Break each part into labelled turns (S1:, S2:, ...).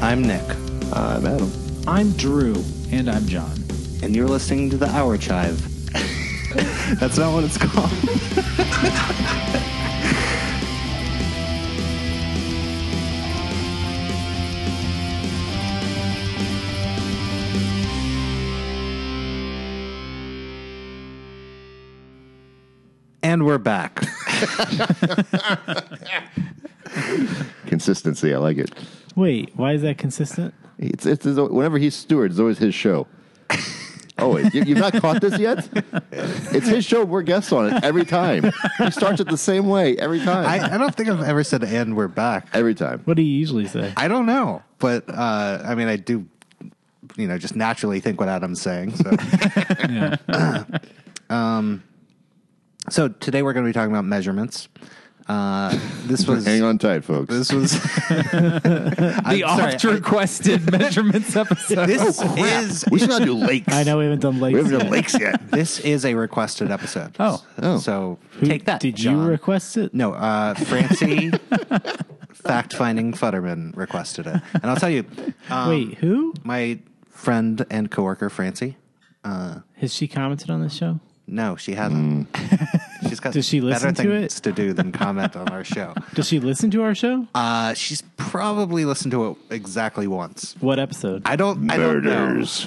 S1: I'm Nick.
S2: I'm Adam.
S3: I'm Drew. And I'm John.
S1: And you're listening to the Hour Chive.
S2: That's not what it's called.
S1: And we're back.
S2: Consistency. I like it.
S3: Wait, why is that consistent?
S2: It's, it's, it's whenever he's steward, it's always his show. Always. You, you've not caught this yet? It's his show. We're guests on it every time. He starts it the same way every time.
S4: I, I don't think I've ever said "and we're back."
S2: every time.
S3: What do you usually say?
S4: I don't know, but uh, I mean, I do, you know, just naturally think what Adam's saying. So,
S3: Yeah.
S4: so today we're going to be talking about measurements. Uh, this was
S2: Hang on tight, folks.
S4: This was
S3: the oft requested measurements episode.
S4: this
S1: Oh,
S4: is
S2: we should not do lakes.
S3: I know we haven't done
S2: We
S3: legs.
S2: haven't done lakes yet.
S4: this is a requested episode.
S3: Oh.
S2: Oh.
S4: so
S3: Who-
S4: take that.
S3: Did
S4: John.
S3: you request it?
S4: No, uh, Francie. Fact finding Futterman requested it, and I'll tell you. Um,
S3: Wait, who?
S4: my friend and coworker Francie. Uh,
S3: Has she commented on this show?
S4: no, she hasn't. She's got
S3: Does she listen
S4: better
S3: to it?
S4: things to do than comment on our show.
S3: Does she listen to our show?
S4: Uh, she's probably listened to it exactly once.
S3: What episode?
S4: I don't.
S2: Murders.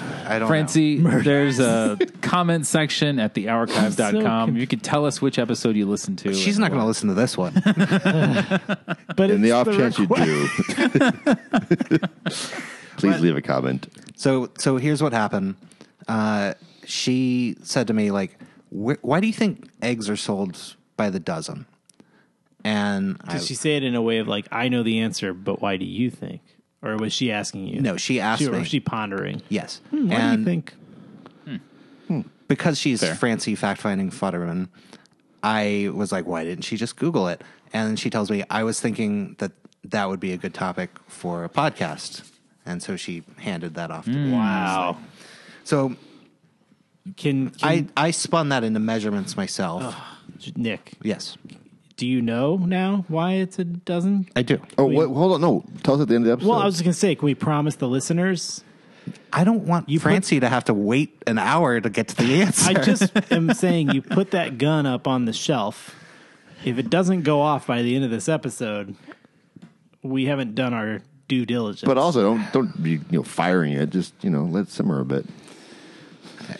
S4: I don't know. I don't
S5: Francie, there's a comment section at
S3: So
S5: thehourclive.com.
S3: conf-
S5: you can tell us which episode you listened to.
S4: know. She's not going to listen to this one.
S3: But
S2: In the
S3: it's
S2: off chance
S3: requ-
S2: you do, please leave a comment.
S4: So so here's what happened. Uh, she said to me like, "Wh- "Why do you think eggs are sold by the dozen?" And I,
S3: Did she say it in a way of like, I know the answer, but why do you think? Or was she asking you?
S4: No, she asked
S3: Or
S4: me.
S3: was she pondering? Hmm,
S4: yes,
S3: What do
S4: and
S3: you think?
S4: because she's Francie fact finding Futterman, I was like, "Why didn't she just Google it?" And she tells me, "I was thinking that that would be a good topic for a podcast." And so she handed that off to me.
S3: Hmm. Wow.
S4: So
S3: Can, can
S4: I, I spun that into measurements myself.
S3: Nick,
S4: Yes,
S3: do you know now why it's a dozen?
S4: I do.
S2: Oh, wait, hold on. No, tell us at the end of the episode.
S3: Well, I was just gonna say, can we promise the listeners?
S4: I don't want
S3: You put-
S4: Francie to have to wait an hour to get to the answer.
S3: I just am saying, you put that gun up on the shelf. If it doesn't go off by the end of this episode, we haven't done our due diligence.
S2: but also don't don't be you know firing it. Just you know let it simmer a bit.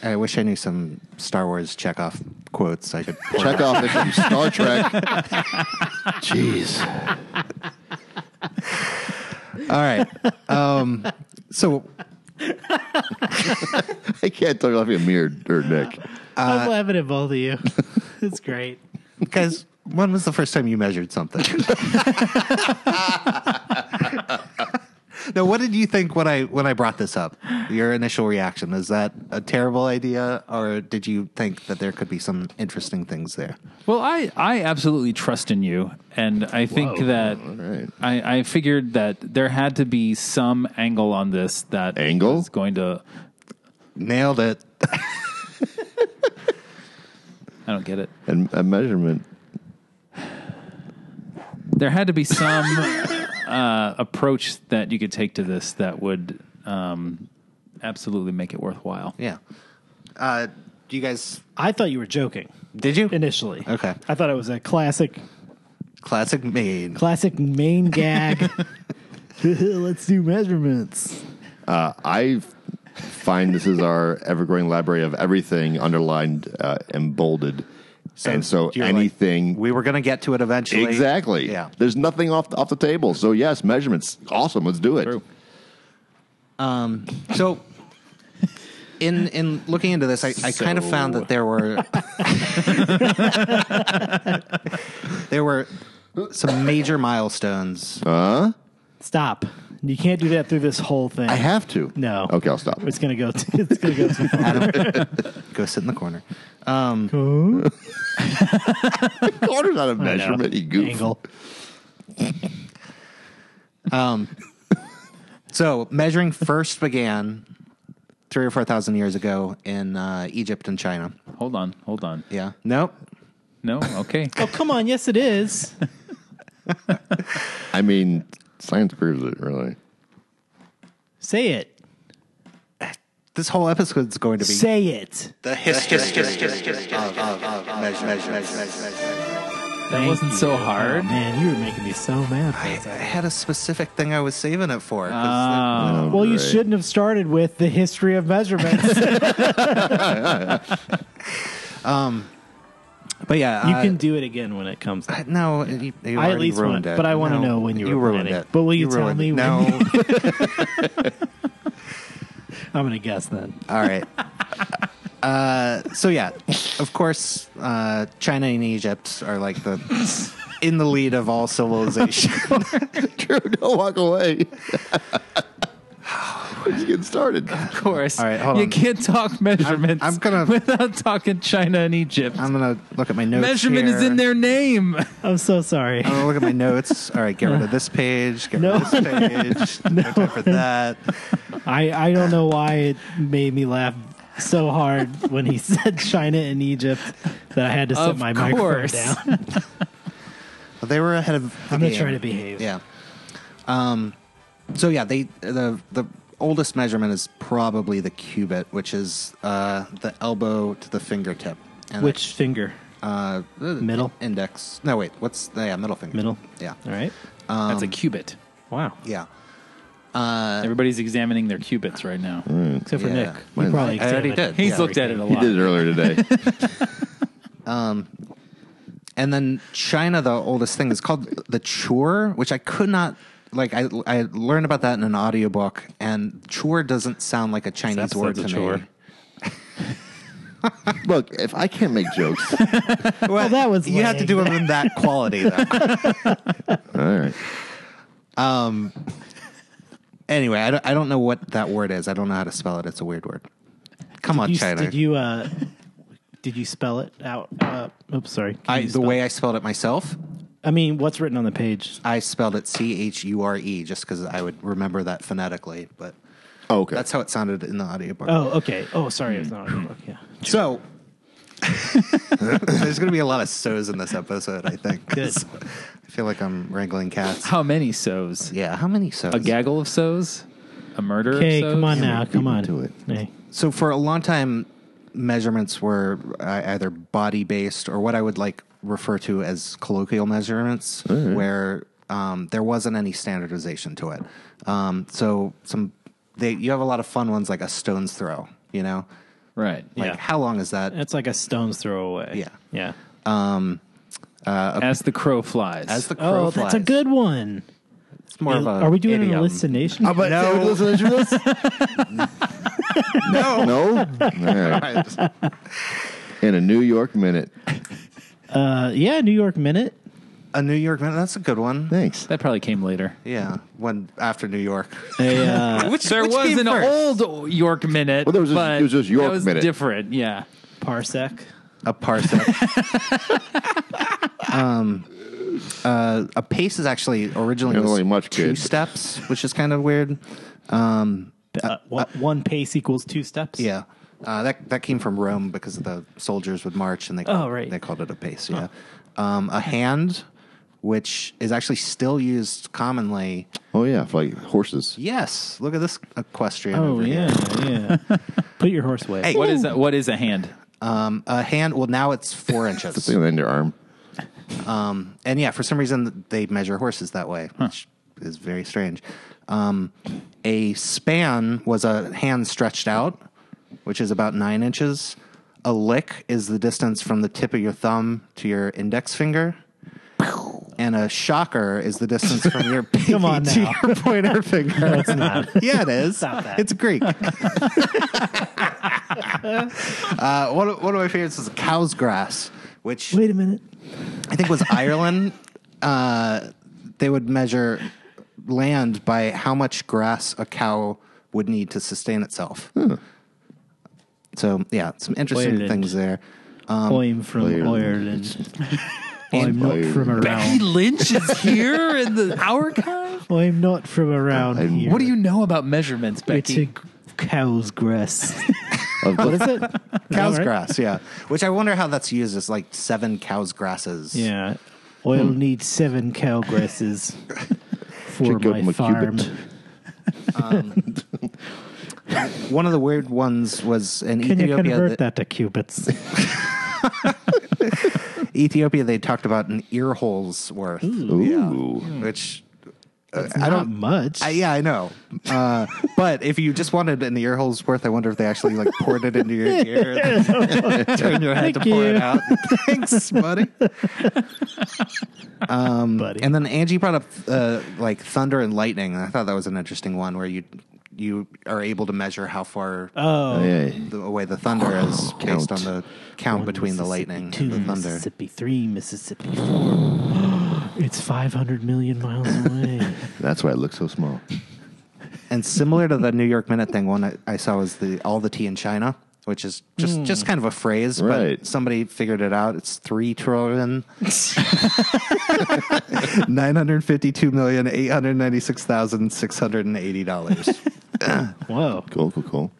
S4: I wish I knew some Star Wars Chekhov quotes I could pull
S2: Check off it from Star Trek. Jeez.
S4: All right. Um, so
S2: I can't tell if you're me or, or Nick.
S3: I'm laughing at both of you. it's great.
S4: guys, when was the first time you measured something? now, what did you think when I when I brought this up? Your initial reaction is that a terrible idea, or did you think that there could be some interesting things there?
S5: Well, I, I absolutely trust in you. And I think that
S2: right.
S5: I, I figured that there had to be some angle on this that
S2: Angle?
S5: was going to.
S4: Nailed it.
S5: I don't get it.
S2: And a measurement.
S5: There had to be some uh, approach that you could take to this that would um, absolutely make it worthwhile.
S4: Yeah. Uh, do you guys?
S3: I thought you were joking
S4: Did you?
S3: initially.
S4: Okay.
S3: I thought it was a classic,
S4: Classic Maine.
S3: classic main gag. Let's do measurements.
S2: Uh, I find this is our ever-growing library of everything underlined, uh, and bolded, and so
S4: you're like,
S2: anything
S4: we were going to get to it eventually.
S2: Exactly.
S4: Yeah.
S2: There's nothing off off the table. So yes, measurements. Awesome. Let's do it.
S5: True.
S4: So, in in looking into this, I, I kind of found that there were there were some major milestones.
S2: Huh?
S3: Stop. You can't do that through this whole thing.
S2: I have to.
S3: No.
S2: Okay, I'll stop.
S3: It's gonna go. it's gonna go too far.
S4: Go sit in the corner.
S2: Corner's not a measurement. You goof.
S3: Angle.
S4: So, measuring first began three or four thousand years ago in uh, Egypt and China.
S5: Hold on. Hold on.
S4: Yeah. Nope.
S5: No? Okay.
S3: Oh come on! Yes, it is.
S2: I mean, science proves it. Really.
S3: Say it.
S4: This whole episode's going to be
S3: Say it.
S4: the history, of, of, of measure, measure, measure,
S5: That wasn't so hard.
S3: Oh, man, you were making me so mad.
S4: I, I
S3: for that.
S4: had a specific thing I was saving it for.
S2: Ah.
S4: 'cause
S5: Uh,
S3: well, you
S2: Right.
S3: shouldn't have started with the history of measurements. you
S4: the- but yeah, uh,
S3: can do it again when it comes.
S4: I- No, you, you
S3: I at
S4: already
S3: least
S4: ruined
S3: wanna-
S4: it.
S3: but I wanna
S4: No,
S3: know when you were
S4: ruined
S3: planning.
S4: it.
S3: But will you tell
S4: ruined
S3: me
S4: it.
S3: when-
S4: No.
S3: I'm gonna guess then.
S4: All right. Uh, so yeah, of course, uh, China and Egypt are like the in the lead of all civilization.
S2: Drew, don't walk away. We're just getting started.
S5: of course.
S4: All right, hold
S5: you
S4: on.
S5: can't talk measurements
S4: I'm gonna-
S5: without talking China and Egypt.
S4: I'm gonna look at my notes.
S5: Measurement is
S4: here.
S5: in their name.
S3: I'm so sorry.
S4: I'm gonna look at my notes. All right, get rid of this page. Get rid of this page. No, time for that.
S3: I I don't know why it made me laugh so hard when he said China and Egypt that I had to set
S5: Of
S3: my
S5: course.
S3: microphone down.
S4: Well, they were ahead of. The
S3: I'm gonna
S4: game.
S3: try to behave.
S4: Yeah. Um. So yeah, they the the oldest measurement is probably the cubit, which is uh, the elbow to the fingertip. And
S3: Which finger?
S4: uh,
S3: Middle?
S4: index. No, wait. What's yeah? Middle finger.
S3: Middle.
S4: Yeah.
S3: All right.
S5: That's a cubit.
S3: Wow.
S4: Yeah. Uh,
S5: Everybody's examining their qubits right now.
S3: Except for
S4: Yeah.
S3: Nick,
S2: Mine-
S3: you probably
S4: I already
S3: examined
S4: did.
S5: He's
S4: Yeah.
S5: looked at it a
S2: He
S5: lot.
S2: did it earlier today.
S4: And then China, the oldest thing is called the chore, which I could not like. I I learned about that in an audiobook, and chore doesn't sound like a Chinese word
S5: episode's
S4: to
S5: a
S4: me.
S5: chore.
S2: Look, if I can't make jokes,
S4: Well,
S3: that was
S4: you had to
S3: lame.
S4: do it in that quality though.
S2: all right.
S4: Anyway, I don't, I don't know what that word is. I don't know how to spell it. It's a weird word. Come on,
S3: You,
S4: China.
S3: did you uh, did you spell it out? Uh, oops, sorry. Can
S4: I,
S3: you
S4: the
S3: spell-
S4: way I spelled it myself,
S3: I mean, what's written on the page?
S4: I spelled it C H U R E just because I would remember that phonetically. But
S2: Oh, okay.
S4: that's how it sounded in the audiobook.
S3: Oh, okay. Oh, sorry, it's not on the book. Yeah.
S4: So there's going to be a lot of so's in this episode, I think.
S3: Good.
S4: I feel like I'm wrangling cats.
S5: How many so's?
S4: Yeah, how many so's?
S5: A gaggle of so's? A murder
S3: Okay,
S5: of so's?
S3: come on now, come
S2: me
S3: on.
S2: to it.
S3: Hey.
S4: so for a long time measurements were uh, either body based or what i would like refer to as colloquial measurements where um, there wasn't any standardization to it um, so some they you have a lot of fun ones like a stone's throw you know
S5: Right.
S4: like
S3: Yeah.
S4: how long is that
S3: It's like a stone's throw away.
S4: Yeah.
S3: Yeah.
S5: As the crow flies.
S4: as the crow
S3: Oh, that's
S4: flies.
S3: a good one.
S4: it's more of a
S3: Are we doing an
S4: idiom.
S3: hallucination?
S2: How about
S4: No.
S2: no. listen to this? no. No? All right. In a New York minute.
S3: Uh, yeah, New York Minute.
S4: a new york minute that's a good one
S2: Thanks.
S5: that probably came later.
S4: yeah one after new york
S3: They, uh,
S5: Which there
S4: which
S5: was
S4: came
S5: an
S4: first?
S5: old York minute.
S2: Well, there was just-
S5: but
S2: it was just York
S5: that was
S2: Minute.
S5: Different, yeah.
S3: parsec.
S4: a parsec. um, uh, a pace is actually originally
S2: You're
S4: was
S2: only much
S4: two
S2: kid.
S4: steps, which is kind of weird.
S3: Uh, one, one pace equals two steps.
S4: Yeah, uh, that that came from Rome because of the soldiers would march and they
S3: Oh, right.
S4: they called it a pace. Yeah, um, a hand, which is actually still used commonly.
S2: Oh, yeah. for, Like horses.
S4: Yes, look at this equestrian.
S3: Oh
S4: over
S3: yeah,
S4: Here.
S3: yeah. Put your horse away.
S4: Hey.
S5: What is that? What is a hand?
S4: Um, a hand. Well, now it's four inches.
S2: Thing in their arm.
S4: and yeah, for some reason they measure horses that way, which is very strange. Um, a span was a hand stretched out, which is about nine inches. A lick is the distance from the tip of your thumb to your index finger. And a shocker is the distance from your pinky
S3: Come on
S4: to
S3: now.
S4: your pointer finger.
S3: It's not.
S4: Yeah, it is.
S3: Stop that.
S4: It's Greek. uh, one, of, one of my favorites was cow's grass, which
S3: Wait a minute.
S4: I think it was Ireland. uh, they would measure land by how much grass a cow would need to sustain itself.
S3: Hmm.
S4: So yeah, some interesting
S3: Ireland.
S4: things there. Um,
S3: I'm from Ireland. I'm not from
S5: Becky
S3: around.
S5: Lynch is here in the archive.
S3: I'm not from around
S2: I'm-
S3: here.
S5: What do you know about measurements,
S3: It's a
S5: Becky?
S3: g- cow's grass.
S2: Of
S3: what
S2: the,
S3: is it?
S4: Cow's
S3: Alright.
S4: grass, yeah. Which I wonder how that's used as like seven cow's grasses.
S3: Yeah. I'll need seven cow grasses for
S2: Should give
S3: my
S2: them a
S3: farm.
S2: cubit.
S4: one of the weird ones was in
S3: Can you
S4: Ethiopia.
S3: convert
S4: that-
S3: that to cubits?
S4: Ethiopia, they talked about an ear hole's worth.
S2: Ooh.
S4: Yeah. Which uh,
S3: I don't much.
S4: I, yeah, I know. Uh, but if you just wanted an ear hole's worth, I wonder if they actually like poured it into your ear, turn your head
S3: Thank
S4: to pour it
S3: you.
S4: out. Thanks, buddy.
S3: buddy.
S4: And then Angie brought up uh, like thunder and lightning, and I thought that was an interesting one where you you are able to measure how far
S3: oh,
S2: Yeah.
S4: the away the thunder is based
S2: Count.
S4: on the count
S3: One
S4: between the
S3: Mississippi,
S4: lightning
S3: two
S4: and the thunder.
S3: Mississippi, three Mississippi, four. it's five hundred million miles away.
S2: That's why it looks so small.
S4: And similar to the New York Minute thing, one I, I saw was the all the tea in China, which is just just kind of a phrase,
S2: Right.
S4: but somebody figured it out. It's three trillion nine hundred fifty two million eight hundred ninety six thousand six hundred and eighty dollars.
S3: Whoa.
S2: Cool, cool, cool.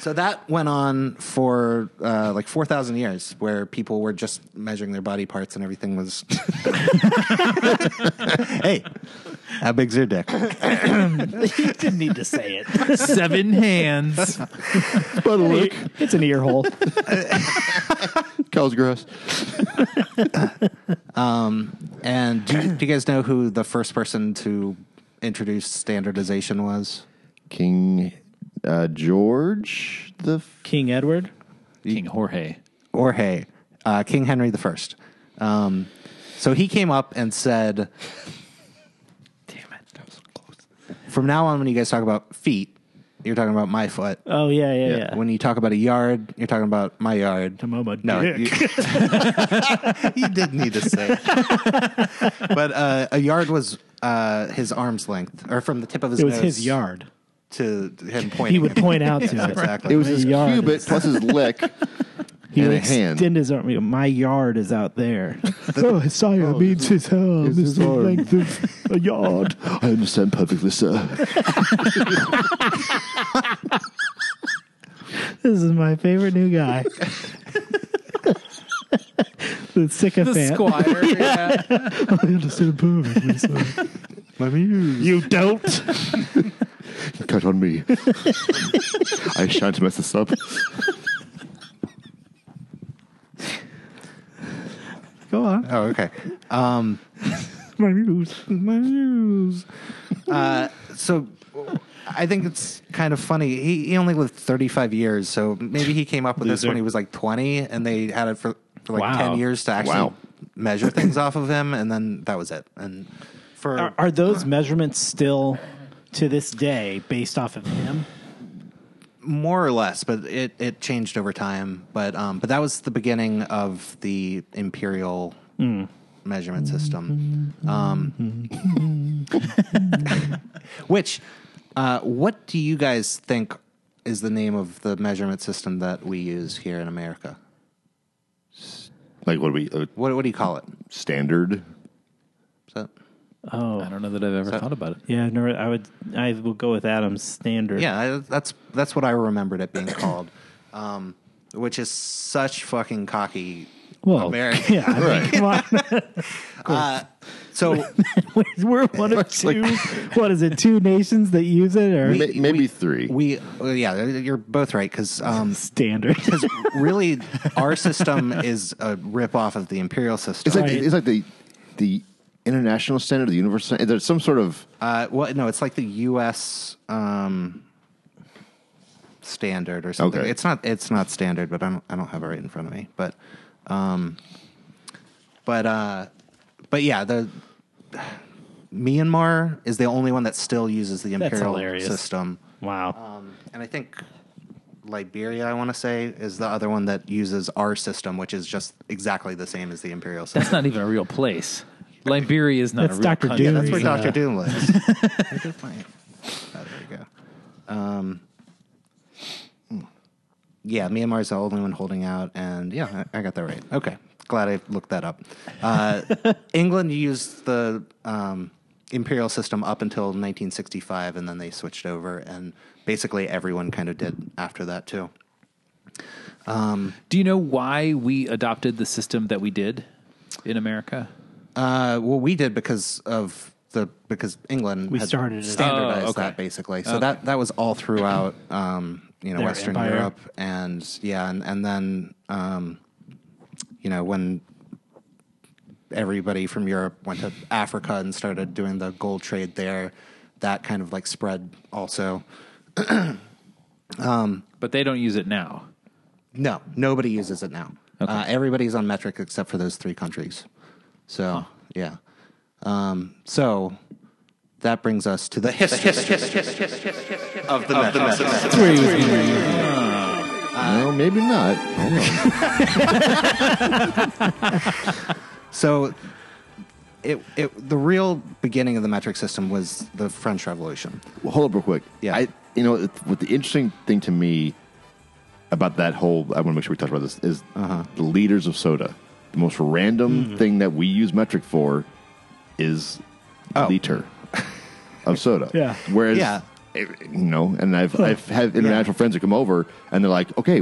S4: So that went on for uh, like 4,000 years where people were just measuring their body parts and everything was. hey, how big's your dick?
S3: you didn't need to say it.
S5: Seven hands.
S2: But look,
S3: It's an ear hole.
S2: cow's grass.
S4: And do you, do you guys know who the first person to introduce standardization was?
S2: King uh, George the f-
S3: King Edward.
S5: King Jorge.
S4: Jorge, uh, King Henry the First. Um, so he came up and said,
S3: Damn it.
S4: from now on, when you guys talk about feet, you're talking about my foot.
S3: Oh yeah, yeah, yeah.
S2: Yeah,
S4: When you talk about a yard, you're talking about my yard.
S3: I'm on my
S4: No,
S3: dick.
S4: you, he did need to say. it. but uh, a yard was uh, his arm's length, or from the tip of his.
S3: it was
S4: nose
S3: his yard.
S4: to him pointing.
S3: He would point out to it.
S4: exactly.
S2: It was his
S3: yard
S2: cubit
S3: is-
S2: plus his lick
S3: He
S2: and
S3: would
S2: a hand.
S3: extend his arm. My yard is out there. oh, sire means his arm
S2: is his arm.
S3: length of a yard.
S2: I understand perfectly, sir.
S3: This is my favorite new guy. the sycophant.
S5: squire.
S3: I understand perfectly. sir. you don't.
S2: Cut on me. I shan't mess this up.
S3: Go on.
S4: Oh, okay. Um,
S3: My muse. My muse.
S4: uh, so. I think it's kind of funny. He, he only lived 35 years, so maybe he came up with this
S3: Loser.
S4: when he was like 20, and they had it for, for like
S3: Wow.
S4: 10 years to actually
S2: Wow.
S4: measure things off of him, and then that was it. And for
S3: Are, are those measurements still to this day based off of him?
S4: more or less, but it, it changed over time. But um, but that was the beginning of the imperial
S3: Mm.
S4: measurement system. Um, which, uh, what do you guys think is the name of the measurement system that we use here in America?
S2: Like, what do we, uh,
S4: What what do you call it?
S2: standard?
S4: Is that-
S5: I don't know that I've ever thought about it.
S3: Oh. Yeah, no, I would. I will go with Adam's standard.
S4: yeah, I- that's that's what I remembered it being called. Um, which is such fucking cocky.
S3: Well,
S4: American.
S3: yeah. I mean,
S2: Right.
S3: Come on.
S4: Uh, so
S3: We're one of
S2: like-
S3: two. what is it? Two nations that use it or
S2: Ma- maybe
S4: we-
S2: three.
S4: we uh, yeah, you're both right because um,
S3: standard?
S4: because really our system is a rip off of the imperial system.
S2: it's, like,
S3: Right.
S2: it's like the the international standard, the universal standard. There's some sort of.
S4: uh, well, no, it's like the U.S. Um, standard or something.
S2: Okay.
S4: It's not it's not standard, but I don't I don't have it right in front of me. But um, but uh, but yeah, the Myanmar is the only one that still uses the imperial
S3: hilarious.
S4: system.
S3: wow.
S4: Um, and I think Liberia, I want to say, is the other one that uses our system, which is just exactly the same as the imperial system.
S5: That's not even a real place. Liberia is not
S3: That's
S5: a real
S3: Dr.
S5: country.
S3: Doom.
S4: That's where
S3: Yeah.
S4: Doctor Doom lives. Where's it playing? oh, there you go. Um, hmm. yeah, Myanmar's the only one holding out, and yeah, I, I got that right. Okay, glad I looked that up. Uh, England used the um, imperial system up until 1965, and then they switched over, and basically everyone kind of did after that too.
S5: Do you know why we adopted the system that we did in America?
S4: Uh, well, we did because of the because England
S3: We
S4: had
S3: started it.
S4: standardized
S5: Oh, okay.
S4: that basically. So that that was all throughout um, you know
S3: Their
S4: Western
S3: empire.
S4: Europe and yeah and and then um, you know when everybody from Europe went to Africa and started doing the gold trade there, that kind of like spread also.
S5: But they don't use it now.
S4: No, nobody uses it now. Uh, everybody's on metric except for those three countries. So yeah, um, so that brings us to the history of the metric.
S5: That's where he was going.
S2: no, maybe not. Hold on.
S4: So it it the real beginning of the metric system was the French Revolution.
S2: Well, hold up real quick.
S4: Yeah.
S2: I, you know, it- what the interesting thing to me about that whole, I want to make sure we talk about this, is
S4: Uh-huh.
S2: the liters of soda. The most random
S4: Mm-hmm.
S2: thing that we use metric for is liter of soda.
S3: Yeah.
S2: Whereas,
S4: Oh. Yeah.
S2: it- you know, and I've, I've had international friends that come over and they're like, okay,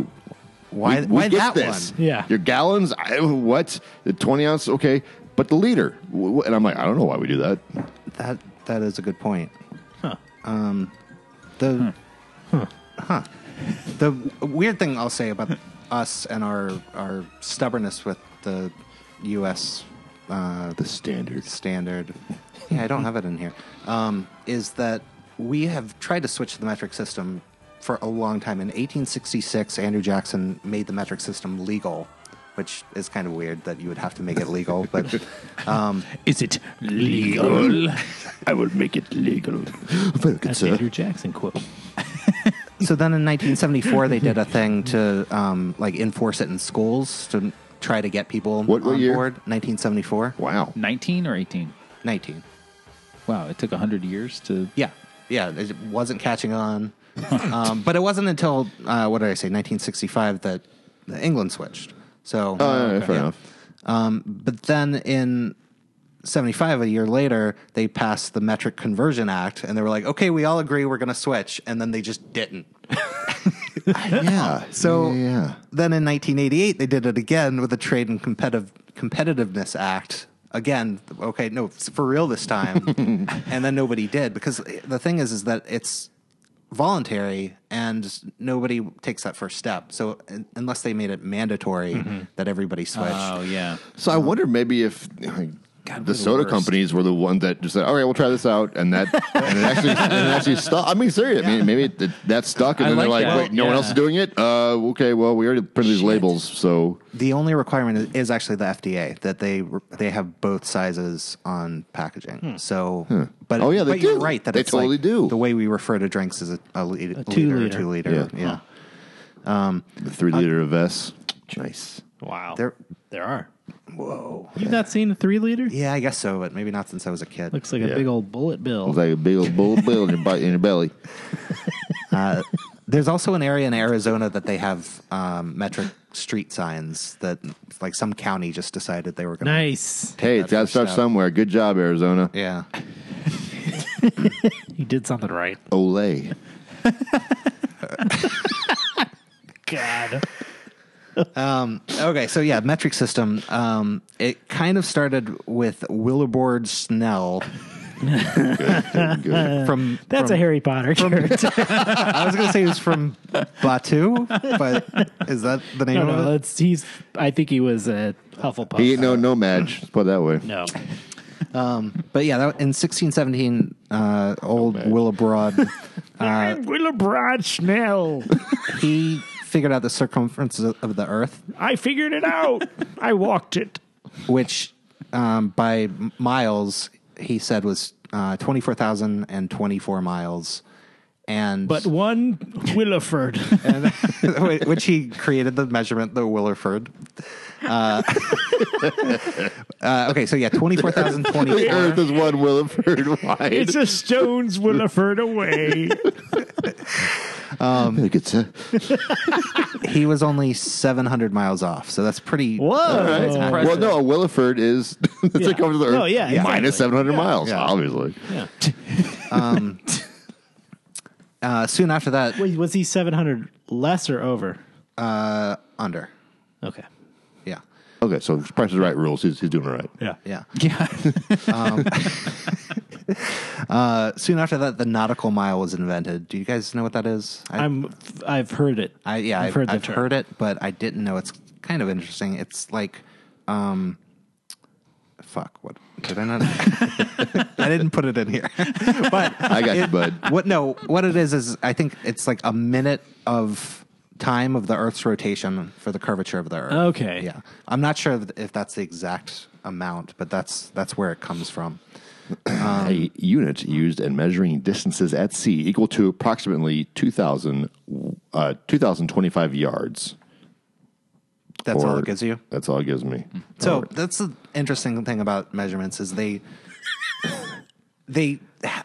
S4: Why
S2: we- we
S4: why that
S2: get this.
S4: one?
S3: Yeah.
S2: Your gallons, I, what? The 20 ounce, okay. But the liter. wh- wh- And I'm like, I don't know why we do that.
S4: That that is a good point. Huh. Um,
S2: Hmm.
S4: the huh. The weird thing I'll say about us and our our stubbornness with the U.S. Uh,
S2: The standard.
S4: standard. Yeah, I don't have it in here. Um, is that we have tried to switch to the metric system for a long time. In 1866, Andrew Jackson made the metric system legal, which is kind of weird that you would have to make it legal. But um,
S5: Is it legal?
S2: I will make it legal. Very good,
S3: That's
S2: sir.
S3: Andrew Jackson quote.
S4: so then in 1974, they did a thing to um, like enforce it in schools to try to get people
S2: What- what
S4: on
S2: year?
S4: board. 1974,
S2: Wow.
S5: 19 or 18?
S4: 19.
S5: Wow, it took 100 years to.
S4: Yeah, yeah, it wasn't catching on. um, but it wasn't until uh, what did I say, 1965, that England switched. So,
S2: Oh, yeah, yeah, fair
S4: yeah.
S2: enough.
S4: Um, but then in 75, a year later, they passed the Metric Conversion Act, and they were like, "Okay, we all agree we're going to switch," and then they just didn't.
S2: Yeah.
S4: So
S2: yeah, yeah.
S4: then in 1988, they did it again with the Trade and Competitive Competitiveness Act. Again, okay, no, it's for real this time. and then nobody did because eh, the thing is, is that it's voluntary and nobody takes that first step. So un- unless they made it mandatory
S2: Mm-hmm.
S4: that everybody switched,
S5: Oh, yeah.
S2: So I wonder maybe if like, the soda companies were the ones that just said, "All right, we'll try this out," and that and it actually and it actually stuck. I mean, serious. I mean, maybe it, it- that stuck, and
S5: I
S2: then they're
S5: like
S2: like,
S5: that.
S2: "Wait, no one
S5: Yeah.
S2: else is doing it." Uh, okay, well, we already printed these labels, so
S4: the only requirement is, is actually the FDA that they re- they have both sizes on packaging.
S3: Hmm.
S4: So, but
S2: Oh, yeah, they
S4: but you're
S2: do.
S4: right that
S2: They
S4: it's like
S2: totally do.
S4: The way we refer to drinks is a, a, le-
S3: two
S4: liter,
S3: liter.
S4: two liter,
S2: Yeah.
S4: yeah.
S2: the three liter of S. Nice.
S3: Wow.
S4: There-
S3: there are.
S4: Whoa.
S3: You've not seen the three liter?
S4: Yeah, I guess so, but maybe not since I was a kid.
S3: Looks like
S2: Yeah.
S3: a big old bullet bill.
S2: It's like a big old bull bill in your, butt, in your belly.
S4: There's also an area in Arizona that they have um, metric street signs that, like, some county just decided they were going to.
S3: nice.
S2: Hey, it's got to start somewhere. Good job, Arizona.
S4: Yeah.
S3: You did something right.
S2: Olay.
S3: God.
S4: Okay, so yeah, metric system. Um, it kind of started with Willibord Snell
S2: Good.
S4: from.
S3: That's
S4: from-
S3: a Harry Potter character.
S4: I was going to say he's from Batu, but is that the name of
S3: no, no,
S4: it?
S3: that's he's. I think he was a Hufflepuff.
S2: He ain't no nomad. Just put it that way.
S3: no.
S4: Uh, But yeah, that, in 1617, uh, old Willibrord.
S3: I'm Willibrod Schnell.
S4: he figured out the circumference of of the earth,
S3: I figured it out. I walked it.
S4: which um, by m- miles he said was uh, 24,024 miles. And
S3: But one Williford.
S4: whi- which he created the measurement, the Willerford. Uh, uh, okay, so yeah,
S2: The
S4: 24,024.
S2: earth is one Williford wide.
S3: it's a stone's Williford away.
S2: Um, Very good, sir.
S4: he was only 700 miles off, so that's pretty.
S3: Whoa.
S2: Well, no, a Williford is it's
S3: Yeah.
S2: like over the earth.
S3: No, yeah, exactly.
S2: minus 700 miles,
S4: Yeah.
S2: obviously.
S3: Yeah.
S4: Uh, soon after that,
S3: Wait, was he 700 less or over?
S4: under.
S3: Okay.
S4: Yeah.
S2: Okay, so Price is Right rules. He's, he's doing all right.
S3: Yeah.
S4: Yeah.
S5: Yeah.
S4: Uh, soon after that, the nautical mile was invented. Do you guys know what that is? I,
S3: I'm I've heard it.
S4: I yeah, I've, I've,
S3: heard
S4: heard,
S3: the term.
S4: it, but I didn't know. It's kind of interesting. It's like, um, fuck. What did I not? I didn't put it in here. but
S2: I got you, bud.
S4: what? No, what it is is I think it's like a minute of time of the Earth's rotation for the curvature of the Earth.
S3: Okay.
S4: Yeah, I'm not sure if that's the exact amount, but that's that's where it comes from. um,
S2: a unit used in measuring distances at sea equal to approximately 2,000, uh, 2,025 yards.
S4: That's all
S2: Or-
S4: it gives you.
S2: That's all it gives me.
S4: So that's the interesting thing about measurements is they they,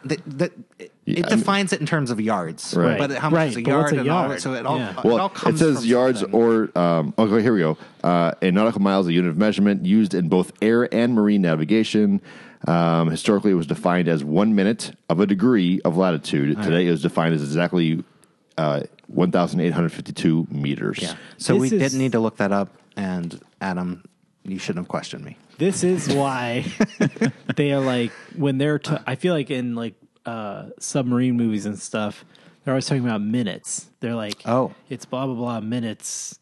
S4: they, they it,
S2: Yeah, I mean-
S4: defines it in terms of yards,
S2: Right.
S4: But how much
S3: Right,
S4: is a
S3: but what's
S4: yard
S3: a
S4: and all
S3: yard?
S4: that? So it all
S3: Yeah.
S4: it all
S2: Well, it
S4: comes
S2: says
S4: from
S2: yards
S4: something.
S2: or um, okay. Here we go. Uh, a nautical mile is a unit of measurement used in both air and marine navigation. Um, historically, it was defined as one minute of a degree of latitude. Today, it was defined as exactly uh, one thousand eight hundred fifty-two meters.
S4: Yeah. So we
S3: This is-
S4: didn't need to look that up. And Adam, you shouldn't have questioned me.
S3: This is why they are like when they're. T- I feel like in like uh, submarine movies and stuff, they're always talking about minutes. They're like,
S4: Oh.
S3: it's blah blah blah minutes.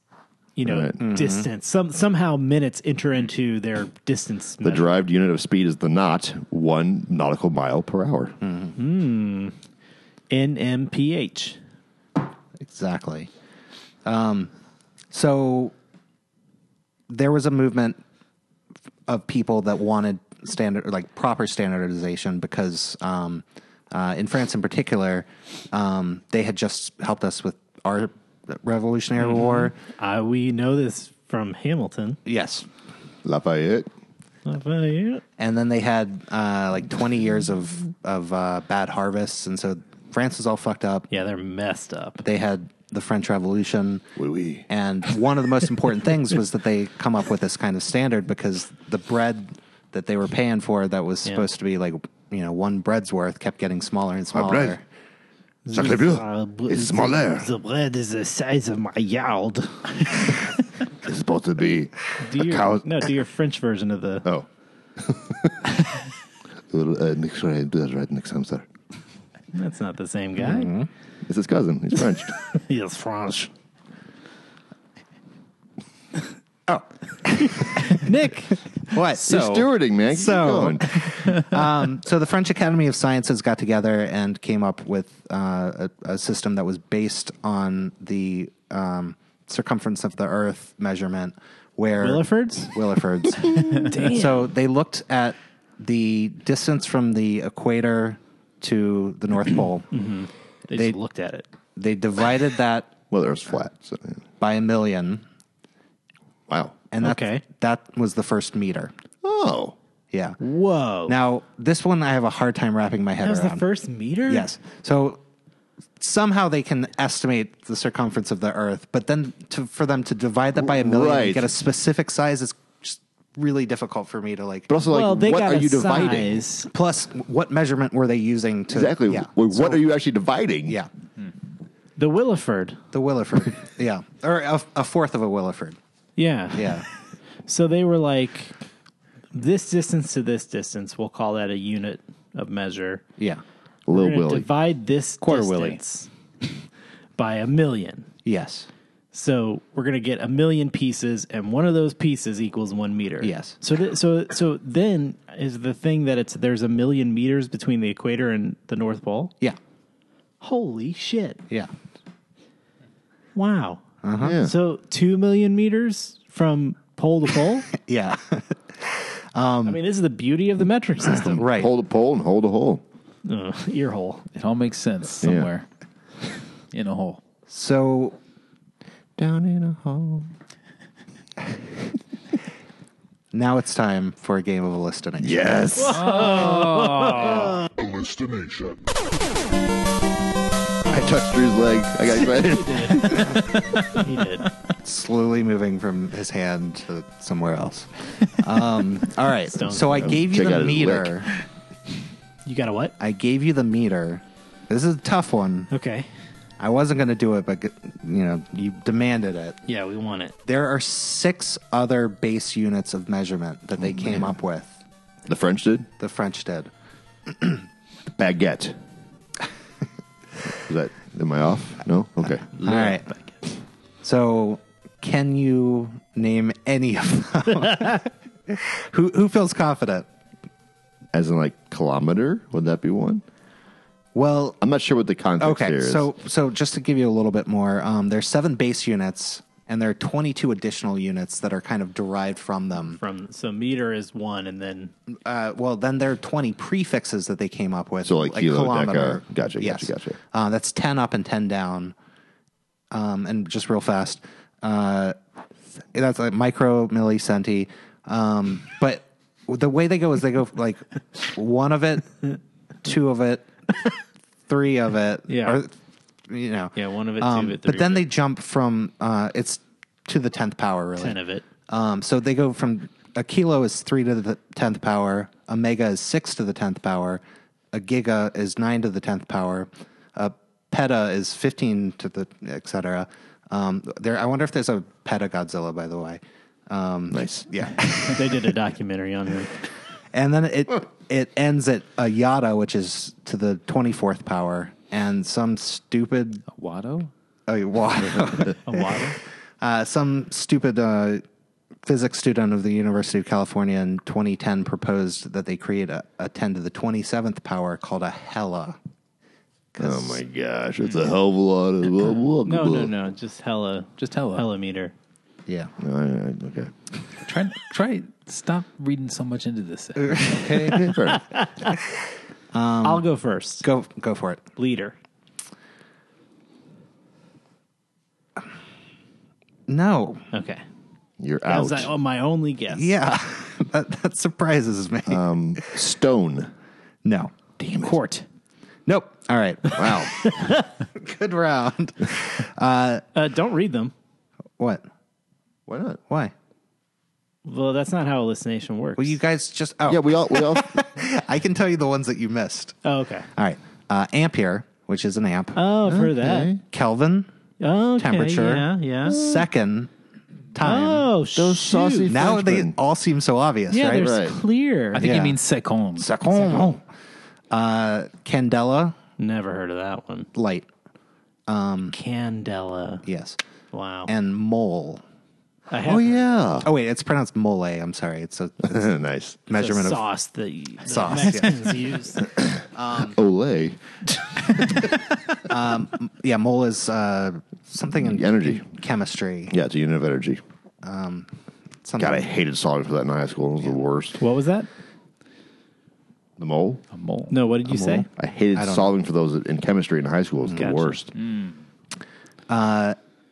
S3: You know,
S2: Right. Mhm.
S3: distance. Some somehow minutes enter into their distance.
S2: The
S3: measure.
S2: derived unit of speed is the knot, one nautical mile per hour.
S4: Hmm.
S3: NMPH.
S4: Exactly. Um, so there was a movement of people that wanted standard, like proper standardization, because um, uh, in France in particular, um, they had just helped us with our Revolutionary War.
S3: I we know this from Hamilton.
S4: Yes.
S2: Lafayette.
S4: And then they had uh, like 20 years of, of uh, bad harvests. And so France was all fucked up.
S3: Yeah, they're messed up.
S4: They had the French Revolution.
S2: Oui, oui.
S4: And one of the most important things was that they come up with this kind of standard because the bread that they were paying for that was supposed to be like, you know, one bread's worth kept getting smaller and smaller.
S2: bread. Sacre
S3: Uh,
S2: bleu.
S3: b-
S2: It's smaller.
S3: The bread is the size of my yard.
S2: It's supposed to be
S3: Do
S2: a
S3: your,
S2: cow.
S3: no, do your French version of the.
S2: Oh. Well, uh, make sure I do that right next time, sir.
S3: That's not the same guy.
S2: Mm-hmm. It's his cousin. He's French.
S3: He is French. oh. Nick.
S4: What?
S2: You're stewarding, man. Keep
S4: So-
S2: going.
S4: um, so the French Academy of Sciences got together and came up with uh, a, a system that was based on the um, circumference of the Earth measurement, where
S3: Williford's?
S4: Williford's. So they looked at the distance from the equator to the North Pole. They-
S3: They, just looked at it.
S4: They divided that
S2: well, the Earth's flat. So, yeah.
S4: by a million,
S2: Wow.
S4: and that
S3: Okay.
S4: that was the first meter.
S2: Oh.
S4: Yeah.
S3: Whoa.
S4: Now this one I have a hard time wrapping my head
S3: that was
S4: around.
S3: the first meter?
S4: Yes. So somehow they can estimate the circumference of the Earth, but then to, for them to divide that by a million
S2: Right.
S4: and get a specific size is just really difficult for me to like.
S2: But also, like,
S3: well, they
S2: what
S3: got
S2: are
S3: a
S2: you dividing?
S3: size.
S4: Plus, what measurement were they using to
S2: Exactly.
S4: Yeah.
S2: Well, what
S4: So-
S2: are you actually dividing?
S4: Yeah,
S3: The Williford.
S4: the Williford. yeah, or a, a fourth of a Williford.
S3: Yeah.
S4: Yeah,
S3: So they were like, this distance to this distance, we'll call that a unit of measure.
S4: yeah,
S2: Little
S3: We're gonna
S2: Willie.
S3: Divide this
S5: Quarter Willy.
S3: distance by a million.
S4: yes,
S3: So we're gonna get a million pieces, and one of those pieces equals one meter.
S4: Yes.
S3: So th- so so then is the thing that it's there's a million meters between the equator and the North Pole.
S4: yeah,
S3: Holy shit!
S4: yeah. Uh-huh.
S3: Wow.
S2: Yeah.
S3: So two million meters from pole to pole.
S4: Yeah,
S3: I mean, this is the beauty of the metric system.
S4: Um, right.
S2: Hold a pole and hold a hole.
S3: Ugh, ear hole.
S5: It all makes sense somewhere in a hole.
S4: So
S2: Down in a hole.
S4: now it's time for a game of listening.
S2: Yes.
S6: Destination.
S2: I touched Drew's leg. I got excited.
S3: He did.
S4: slowly moving from his hand to somewhere else. Um, all right. So I gave you
S2: Check out
S4: the
S2: his
S4: meter.
S3: You got a what?
S4: I gave you the meter. This is a tough one.
S3: Okay.
S4: I wasn't going to do it, but g- you know, you demanded it.
S3: Yeah, we want it.
S4: There are six other base units of measurement that they came up with.
S2: the French did.
S4: The French did.
S2: baguette. Is that am I off? No. Okay.
S4: All right. So, can you name any of them? who who feels confident?
S2: As in like kilometer, would that be one?
S4: Well,
S2: I'm not sure what the context
S4: okay.
S2: here is.
S4: So so just to give you a little bit more, um, there are seven base units, and there are 22 additional units that are kind of derived from them.
S3: From so meter is one, and then
S4: Uh, well, then there are 20 prefixes that they came up with.
S2: So, like kilo, deca. Gotcha,
S4: Yes.
S2: gotcha, gotcha.
S4: Uh, that's 10 up and 10 down. Um, and just real fast, uh, that's like micro, milli, centi. Um, but the way they go is they go like one of it, two of it, three of it.
S3: Yeah.
S4: Or, you know. Um,
S3: Yeah, one of it, two of it, three
S4: But then
S3: of
S4: they jump from, uh, it's to the 10th power, really.
S3: ten of it.
S4: Um, so they go from a kilo is three to the tenth power, a mega is six to the tenth power, a giga is nine to the tenth power, a peta is fifteen to the et cetera. Um, there, I wonder if there's a peta Godzilla, by the way. Um,
S2: nice.
S4: yeah,
S3: they did a documentary on him.
S4: and then it it ends at a yada, which is to the twenty fourth power, and some stupid
S5: Watto?
S4: uh, wa-
S3: A water.
S4: Uh, some stupid uh, physics student of the University of California in 2010 proposed that they create a, a 10 to the 27th power called a hella.
S2: Oh my gosh, it's a hell of a lot of
S3: No, no, no. Just hella.
S5: Just hella.
S3: Hella meter.
S4: Yeah.
S2: All right, okay.
S5: Try, try, stop reading so much into this. thing.
S2: Okay, fair enough.
S3: I'll go first.
S4: Um, Go go for it.
S3: Leader.
S4: No.
S3: Okay.
S2: You're
S3: That
S2: out.
S3: was like, oh, my only guess.
S4: Yeah. that, that surprises me.
S2: Um, stone.
S4: no.
S3: Damn Court.
S4: Nope. All right.
S2: Wow.
S4: Good round.
S3: Uh, don't read them.
S4: what?
S2: Why not?
S4: Why?
S3: Well, that's not how hallucination works.
S4: Well, you guys just. Oh,
S2: Yeah, we all we all
S4: I can tell you the ones that you missed.
S3: Oh, okay.
S4: All right. Uh, ampere, which is an amp.
S3: Oh, for
S2: Okay.
S3: that.
S4: Kelvin,
S3: Okay,
S4: temperature.
S3: Yeah, yeah.
S4: Second, time.
S3: Oh,
S2: those
S3: shoot.
S2: saucy
S4: Now
S2: Frenchmen.
S4: they all seem so obvious,
S3: Yeah,
S4: right?
S3: there's
S2: Right.
S3: clear.
S5: I think
S4: Yeah.
S5: you mean second.
S4: Second. Uh, Candela,
S3: Never heard of that one.
S4: light.
S3: Candela.
S4: Yes.
S3: Wow.
S4: And mole.
S3: I have
S2: Oh yeah.
S4: Oh, wait, it's pronounced mole. I'm sorry. It's a it's a
S2: nice.
S4: measurement
S3: the
S4: of.
S3: sauce that you, the
S4: Sauce,
S3: Mexicans use.
S2: Olay.
S4: Yeah, mole is uh, something in
S2: Energy.
S4: in chemistry.
S2: Yeah, it's a unit of energy.
S4: Something.
S2: God, I hated solving for that in high school. It was the worst.
S3: What was that?
S2: The mole.
S5: A mole.
S3: No, what did you say?
S2: I hated
S4: don't
S2: solving for those in chemistry in high school. It was
S3: Gotcha.
S2: the worst.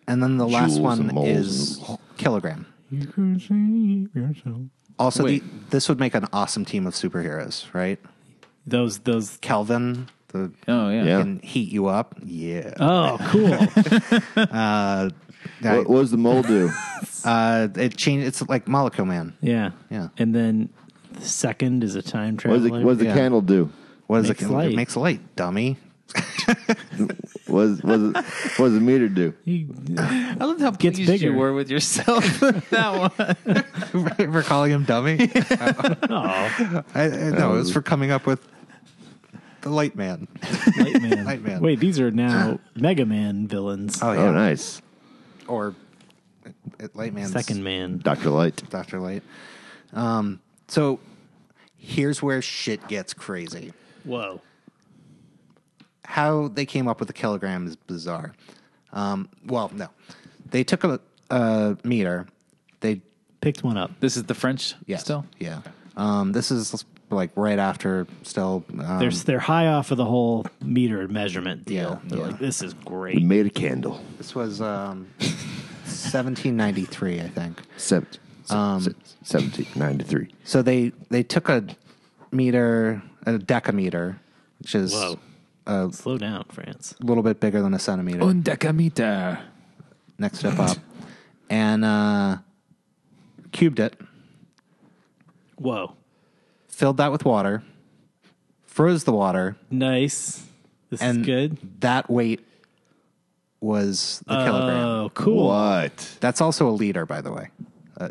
S4: And then the last
S2: Joules and
S4: one
S2: moles
S4: is
S2: and-
S4: kilogram. Also, the, this would make an awesome team of superheroes, right?
S3: Those, those.
S4: Kelvin, the
S5: Oh, yeah.
S2: Yeah.
S4: can heat you up. Yeah.
S3: Oh, cool.
S4: I-
S2: What, what does the mole do?
S4: uh, it changed. It's like Moloko Man.
S3: yeah.
S4: Yeah.
S3: And then the second is a time
S2: What does
S3: traveler.
S2: the, what does the
S4: Yeah.
S2: candle do?
S4: What is
S3: Makes
S4: it?
S3: light.
S4: It makes light, dummy.
S2: What does, what does, what does the meter do?
S3: You-
S5: I love how
S3: Gets
S5: pleased
S3: bigger.
S5: you were with yourself. that one.
S4: for calling him dummy.
S3: oh,
S4: I, I, no, it was for coming up with the light man.
S3: Light Man.
S4: Light Man.
S3: Wait, these are now Mega Man villains.
S4: Oh yeah,
S2: Oh, nice.
S4: or uh, light man.
S3: Second Man.
S2: Dr. Light.
S4: Doctor Light. Um, so here's where shit gets crazy.
S3: Whoa.
S4: How they came up with the kilogram is bizarre. Um, well, no, they took a, a meter. They
S3: Picked one
S4: Um,
S3: up.
S5: This is the French
S4: yes,
S5: still?
S4: yeah. Um, this is like right after still. Um,
S3: They're, they're high off of the whole meter measurement deal.
S4: Yeah,
S3: they're
S4: yeah.
S3: like, this is great.
S2: We made a candle.
S4: this was um, 1793, I think.
S2: Seven,
S4: Um,
S2: se- 17, 93.
S4: So they they took a meter, a decameter, which is
S3: Whoa.
S4: a
S3: Slow down, France.
S4: little bit bigger than a centimeter.
S3: Oh.
S5: Un decameter.
S4: Next step up, and uh, cubed it,
S3: Whoa.
S4: filled that with water, froze the water,
S3: Nice. This
S4: and
S3: is good.
S4: that weight was the kilogram.
S3: Oh, cool.
S2: What?
S4: That's also a liter, by the way,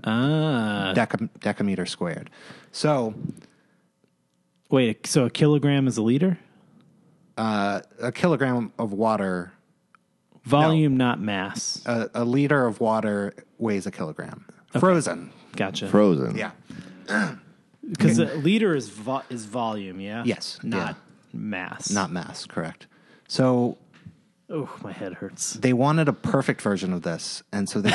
S3: Ah.
S4: Deca- decameter squared. So
S3: Wait, so a kilogram is a liter?
S4: uh, a kilogram of water,
S3: Volume, not mass.
S4: a, a liter of water weighs a kilogram. Frozen.
S3: Gotcha.
S2: Frozen.
S4: Yeah.
S3: Because a liter is vo- is volume, yeah.
S4: Yes, yeah.
S3: Not mass.
S4: Not mass, correct. So
S3: Oh, my head hurts.
S4: they wanted a perfect version of this. And so they.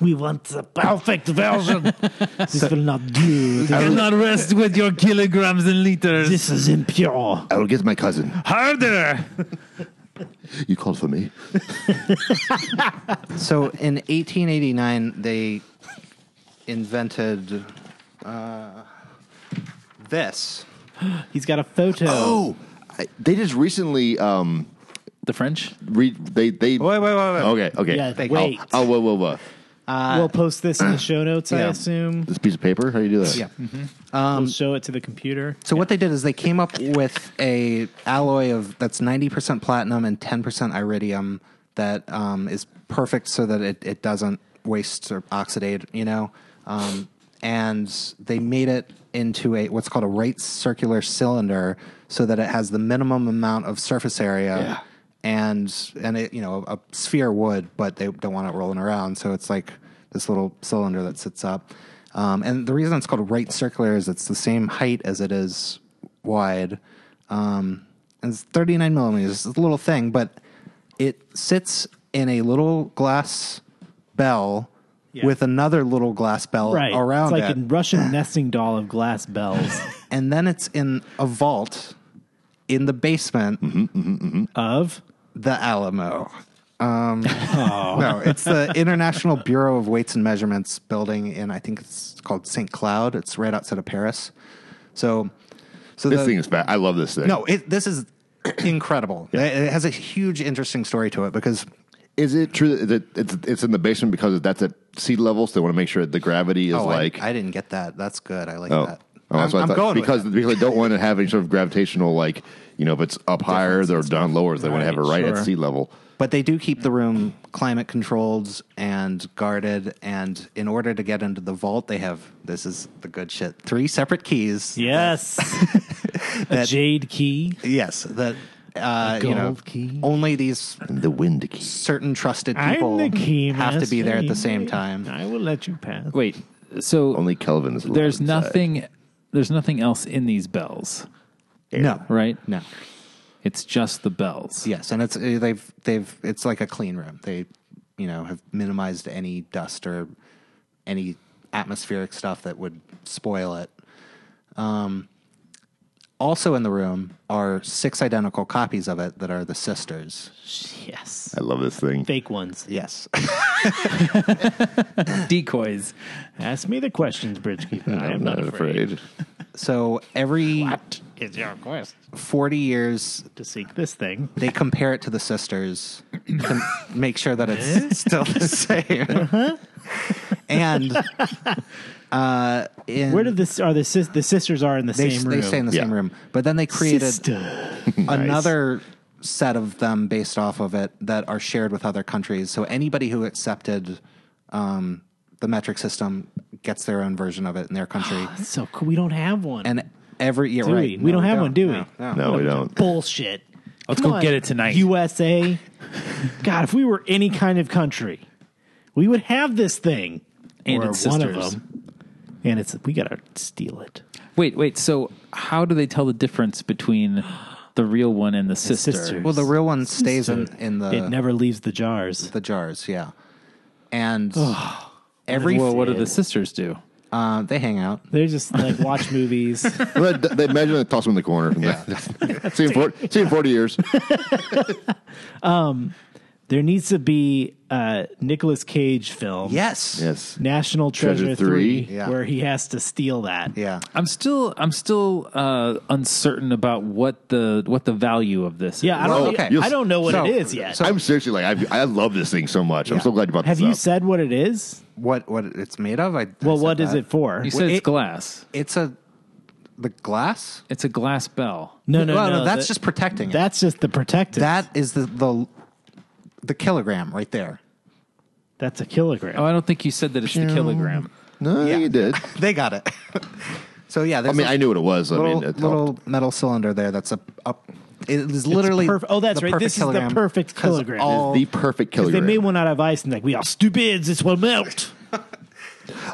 S3: We want the perfect version. this will not do.
S5: Cannot rest with your kilograms and liters.
S3: This is impure.
S2: I will get my cousin.
S5: Harder.
S2: You called for me.
S4: So in 1889, they invented uh, this.
S3: He's got a photo.
S2: Oh, I, they just recently um
S5: The French?
S2: re, they they
S4: Wait, wait, wait, wait.
S2: okay okay
S3: Yeah,
S2: oh,
S3: wait.
S2: oh whoa whoa whoa
S3: Uh, we'll post this in the show notes, I
S4: yeah.
S3: assume.
S2: this piece of paper how do you do that
S4: Yeah.
S3: we'll show it to the computer.
S4: So what they did is they came up with a alloy of that's 90% platinum and 10% iridium that um, is perfect so that it, it doesn't waste or oxidate, you know. Um, and they made it into a what's called a right circular cylinder so that it has the minimum amount of surface area and and it you know a sphere would, but they don't want it rolling around, so it's like this little cylinder that sits up. Um, and the reason it's called right circular is it's the same height as it is wide, um, and it's 39 millimeters. It's a little thing, but it sits in a little glass bell
S3: Yeah.
S4: with another little glass bell
S3: Right.
S4: around
S3: it's like
S4: it
S3: a Russian nesting doll of glass bells
S4: and then it's in a vault in the basement,
S3: of
S4: the Alamo. Um, No, it's the International Bureau of Weights and Measurements building in I think it's called Saint Cloud. It's right outside of Paris. So, so
S2: this
S4: the,
S2: thing is bad I love this thing
S4: no, it, this is incredible. It has a huge, interesting story to it because
S2: is it true that it, it's it's in the basement because that's at sea level so they want to make sure the gravity is
S4: oh, I-
S2: like
S4: I, didn't get that. That's good. I like
S2: oh.
S4: that.
S2: Oh, that's
S4: I'm,
S2: what I
S4: I'm
S2: thought.
S4: going with
S2: because
S4: that.
S2: because they don't want to have any sort of gravitational like you know if it's up higher or down lower they want to have it right
S3: Right, sure.
S2: at sea level
S4: But they do keep the room climate controlled and guarded. And in order to get into the vault, they have this is the good shit three separate keys.
S3: yes, a jade key.
S4: Yes, that uh, you know,
S3: Gold key.
S4: only these
S2: and the wind key
S4: certain trusted people have to be there at the same time.
S3: I will let you pass.
S5: Wait. So
S2: only Kelvin is allowed
S5: there's
S2: inside.
S5: nothing there's nothing else in these bells,
S4: No,
S5: right?
S4: no,
S5: It's just the bells.
S4: yes, and it's uh, they've they've it's like a clean room. They you know have minimized any dust or any atmospheric stuff that would spoil it. Um, also in the room are six identical copies of it that are the sisters.
S3: Yes,
S2: I love this thing
S3: fake ones.
S4: Yes.
S5: Decoys.
S3: Ask me the questions, Bridgekeeper. I am not afraid.
S4: so every
S3: It's your quest
S4: 40 years,
S3: to seek this thing.
S4: they compare it to the sisters to make sure that it's still the same.
S3: Uh-huh.
S4: and uh, in,
S3: Where did this are the sis, the sisters are in the
S4: they,
S3: same room?
S4: they stay in the
S2: Yeah.
S4: same room? But then they created
S3: Sister.
S4: another set of them based off of it that are shared with other countries. So anybody who accepted um, the metric system gets their own version of it in their country.
S3: So cool. we don't have one.
S4: and every year,
S3: Do
S4: right?
S3: we? We don't have one, do we?
S2: No, we don't.
S3: bullshit. Let's
S5: go get it tonight.
S3: USA. God, if we were any kind of country, we would have this thing.
S5: And
S3: Or
S5: its
S3: one of
S5: sisters.
S3: them. And it's we gotta steal it.
S5: Wait, wait. So how do they tell the difference between the real one and the sister?
S3: sister.
S4: Well, the real one stays in,
S3: So
S4: in the
S3: it never leaves the jars.
S4: the jars, yeah. And every
S5: Well, what do the sisters do?
S4: uh, they hang out.
S3: They're just like watch movies.
S2: Well, they, they measure and toss them in the corner. see, in 40, see in 40 years.
S3: There needs to be a Nicolas Cage film.
S4: Yes.
S2: Yes.
S3: National Treasure,
S2: Treasure
S3: 3,
S2: Three.
S4: Yeah.
S3: where he has to steal that.
S4: Yeah.
S5: I'm still I'm still uh, uncertain about what the what the value of this
S3: Yeah, I
S5: is.
S3: don't,
S2: Well,
S4: okay.
S3: I don't know what
S4: So-
S3: it is yet.
S4: so-
S2: I'm seriously like, I, I love this thing so much. I'm so glad you brought
S3: have
S2: this
S3: you
S2: up.
S3: said what it is?
S4: What what it's made of? I, I
S3: Well,
S4: said
S3: what is
S4: that.
S3: it for?
S5: You said it's
S4: it-
S5: glass.
S4: It's a the glass.
S5: It's a glass bell.
S3: no, no,
S4: Well,
S3: no.
S4: that's
S3: that-
S4: just protecting it.
S3: that's just the protective.
S4: That is the the the kilogram right there.
S3: That's a kilogram.
S5: Oh, I don't think you said that it's the kilogram.
S2: no,
S4: Yeah.
S2: you did.
S4: They got it. so yeah,
S2: I
S4: there's
S2: mean,
S4: a
S2: I knew what it was. I
S4: little,
S2: mean, it
S4: little metal cylinder there that's up up It is literally
S3: Perf- oh, that's
S4: the
S3: right.
S4: perfect
S3: This
S4: kilogram
S3: is the perfect
S4: 'cause
S3: kilogram.
S4: all-
S2: the perfect killer.
S3: they may
S2: grape.
S3: want out of ice and like we are stupids. This will melt.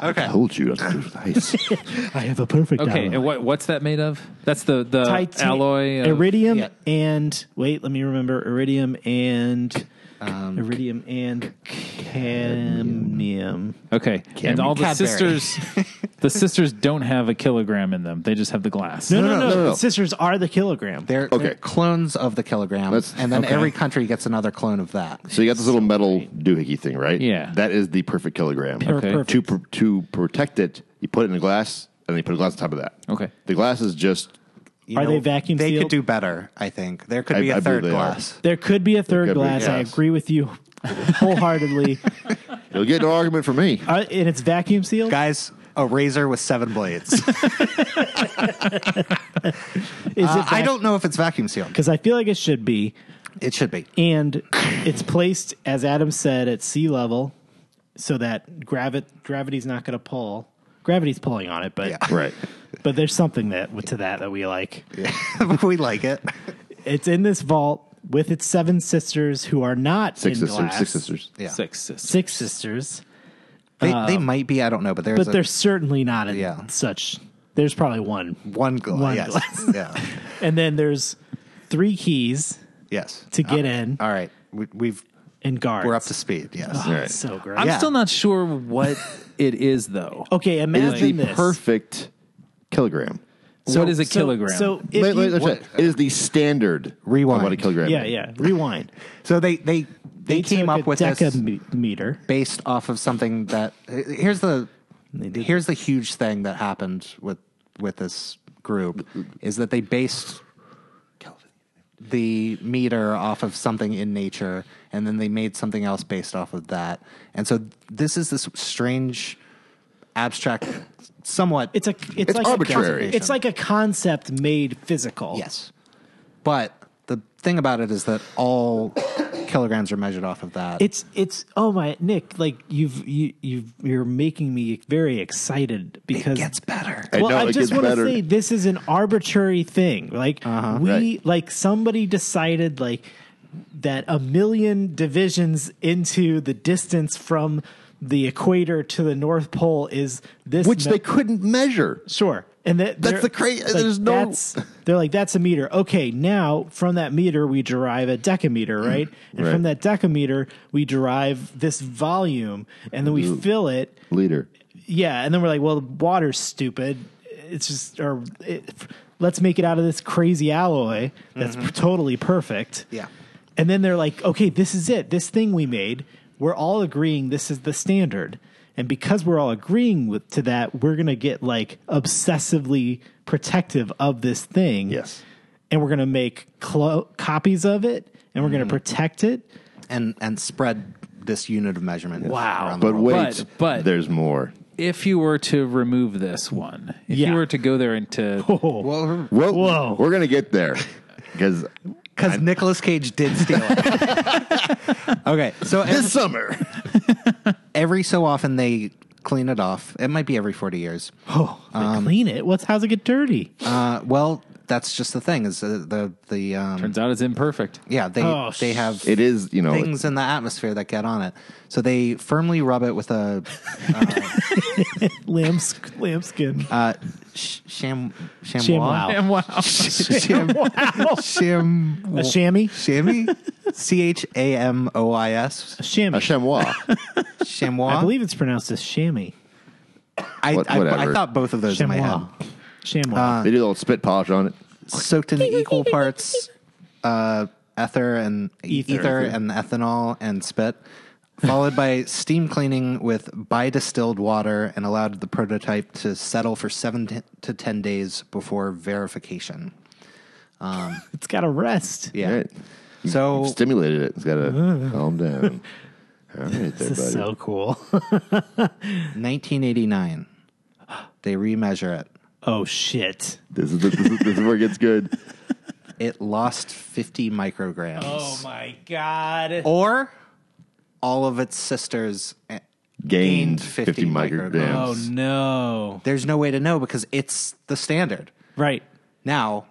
S2: I told you. That's that's nice.
S3: I have a perfect
S5: Okay,
S3: alloy.
S5: and what what's that made of? That's the the
S3: Titan-
S5: alloy. uh, Of,
S3: iridium
S4: yeah.
S3: and wait, let me remember iridium and
S4: Um,
S3: iridium and cadmium.
S5: Okay, and all the
S4: Cadbury.
S5: sisters, the sisters don't have a kilogram in them. They just have the glass.
S3: No, no, no,
S2: no, no.
S3: Sisters are the kilogram.
S4: They're,
S2: Okay.
S4: they're clones of the kilogram,
S2: That's-
S4: and then
S2: okay.
S4: every country gets another clone of that.
S2: so you got this little metal doohickey thing, right?
S5: Yeah.
S2: That is the perfect kilogram.
S5: Okay.
S3: perfect.
S2: To pr- to protect it, you put it in a glass, and then you put a glass on top of that.
S5: Okay.
S2: The glass is just
S4: You
S3: Are they vacuum
S4: They
S3: sealed?
S4: could do better, I think. There could
S2: I-
S4: be a
S2: I believe
S4: third
S2: they are.
S4: glass.
S3: There could be a third
S2: could be,
S3: glass. I
S2: yes.
S3: agree with you wholeheartedly.
S2: you'll get no argument from me.
S3: Are- and it's vacuum sealed.
S4: Guys, a razor with seven blades. Uh,
S3: Is
S2: uh,
S3: it?
S4: I don't know if it's vacuum sealed.
S3: because I feel like it should be.
S4: It should be.
S3: and it's placed as Adam said at sea level, so that gravi- gravity's not going to pull. Gravity's pulling on it, but
S2: Right.
S3: but there's something that to that that we like.
S4: we like it.
S3: It's in this vault with its seven sisters who are not
S2: Six
S3: in
S2: sisters.
S3: glass.
S2: Six sisters.
S4: Yeah.
S5: Six sisters.
S3: six sisters,
S4: They, they might be, I don't know, but there's
S3: Um, but
S4: a,
S3: they're certainly not in
S4: Yeah.
S3: such. There's probably one,
S4: one glass.
S3: one
S4: yes.
S3: glass.
S4: yeah.
S3: and then there's three keys
S4: Yes.
S3: to get in
S4: All right. We, we've,
S3: and guards.
S4: Uh, we're up to speed. Yes.
S3: Oh,
S2: Right.
S3: so great.
S5: I'm
S4: Yeah.
S5: still not sure what it is though.
S3: Okay,
S2: It is the
S3: imagine this.
S2: perfect kilogram.
S5: what is a
S3: So-
S5: kilogram?
S3: So, if
S2: Wait, wait,
S3: you-
S2: that's it. It is the standard
S4: Rewind.
S2: of what a kilogram.
S3: yeah,
S2: is.
S3: yeah. Rewind.
S4: So they, they, they, came
S3: took
S4: up
S3: a
S4: with this.
S3: decameter.
S4: based off of something that here's the here's the huge thing that happened with with this group is that they based the meter off of something in nature and then they made something else based off of that and so this is this strange abstract somewhat
S3: It's a it's,
S2: It's
S3: like
S2: arbitrary.
S3: A, it's like a concept made physical.
S4: yes but the thing about it is that all kilograms are measured off of that
S3: It's it's oh my Nick, like you've you you've you're making me very excited because
S4: gets better
S2: I
S3: well,
S2: know,
S3: I
S2: it
S3: just
S2: gets
S3: want to
S2: better. Uh-huh,
S3: say this is an arbitrary thing. Like we
S2: Right.
S3: like somebody decided like that a million divisions into the distance from the equator to the North Pole is this
S2: Which
S3: me-
S2: they couldn't measure.
S3: Sure. And that
S2: That's
S3: they're-
S2: the cra- there's no-
S3: That's, they're like that's a meter. Okay, now from that meter we derive a decameter, right? And
S2: Right.
S3: from that decameter we derive this volume, and then we fill it.
S2: Leader.
S3: Yeah, and then we're like, well, water's stupid. It's just or it, let's make it out of this crazy alloy that's totally perfect.
S4: Mm-hmm. Yeah.
S3: And then they're like, okay, this is it. This thing we made, we're all agreeing this is the standard. And because we're all agreeing with, to that, we're going to get like obsessively protective of this thing.
S2: Yes.
S3: And we're going to make clo- copies of it and we're
S4: Mm.
S3: going to protect it.
S4: and and spread this unit of measurement.
S5: Wow.
S4: around the
S2: But
S4: world.
S2: wait,
S5: But- but-
S2: there's more.
S5: if you were to remove this one, if
S3: Yeah.
S5: you were to go there and to
S4: well,
S2: Well,
S3: Whoa.
S2: we're gonna get there because
S4: because Nicolas Cage did steal it. okay, so every,
S2: this summer
S4: every so often they clean it off. It might be every forty years.
S3: Oh, they clean it. What's how's it get dirty?
S4: Um, Uh, well, that's just the thing. Is uh, the the um,
S5: turns out it's imperfect.
S4: yeah they
S3: Oh,
S4: they have
S2: it is you know it's-
S4: things in the atmosphere that get on it. So they firmly rub it with a
S3: Lamb, lambskin.
S4: uh, sh- sham chamois
S3: Chamois.
S5: And wow,
S4: sham
S3: a chamois.
S4: chamois c h a m o i s
S3: A chamois.
S2: a chamois.
S4: chamois.
S3: I believe it's pronounced as chamois.
S4: I,
S2: What-
S4: I- I
S2: whatever.
S4: thought both of those in my
S3: Chamois.
S4: head.
S3: Chamois.
S2: they do a little spit polish on it.
S4: soaked in equal parts uh, ether and
S3: Ether.
S4: ether. and ethanol and spit, followed by steam cleaning with bidistilled water and allowed the prototype to settle for seven t- to ten days before verification.
S3: it's got to rest.
S4: Yeah.
S2: Right.
S4: So
S2: Stimulated it. It's got to calm down. All right, there, buddy.
S3: This is so cool.
S4: 1989, they remeasure it.
S3: oh shit.
S2: this, is, this, is, this is where it gets good.
S4: It lost 50 micrograms,
S3: Oh my god.
S4: or all of its sisters. eh,
S2: Gained,
S4: Gained
S2: 50,
S4: 50
S2: micrograms.
S3: Oh no.
S4: There's no way to know because it's the standard.
S3: Right.
S4: Now,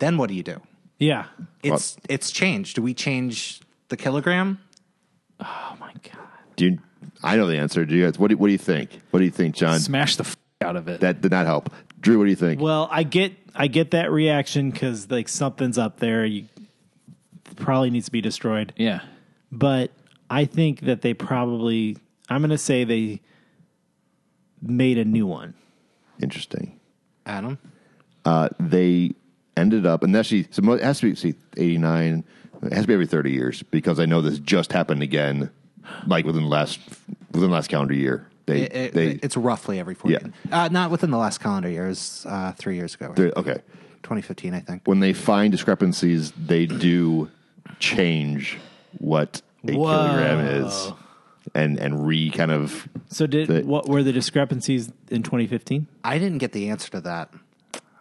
S4: then what do you do?
S3: Yeah.
S4: It's it's changed. Do we change the kilogram?
S5: Oh my god!
S2: Do you, I know the answer? Do you guys? What do, what do you think? What do you think, John?
S5: Smash the f- out of it.
S2: That did not help. Drew, what do you think?
S3: Well, I get I get that reaction because like something's up there. You probably needs to be destroyed.
S5: yeah.
S3: But I think that they probably. I'm going to say they made a new one.
S2: Interesting.
S4: Adam?
S2: uh, they ended up, and actually, so mo- it has to be see, 89, it has to be every 30 years because I know this just happened again, like within the last, within the last calendar year. They,
S4: It, it-
S2: they,
S4: it's roughly every 14. Uh, not within the last calendar year. It was uh, three years ago. or
S2: they- okay.
S4: 2015, I think.
S2: When they find discrepancies, they do change what a
S3: Whoa.
S2: kilogram is and, and re kind of,
S3: So did
S2: They-
S3: what were the discrepancies in 2015?
S4: I didn't get the answer to that.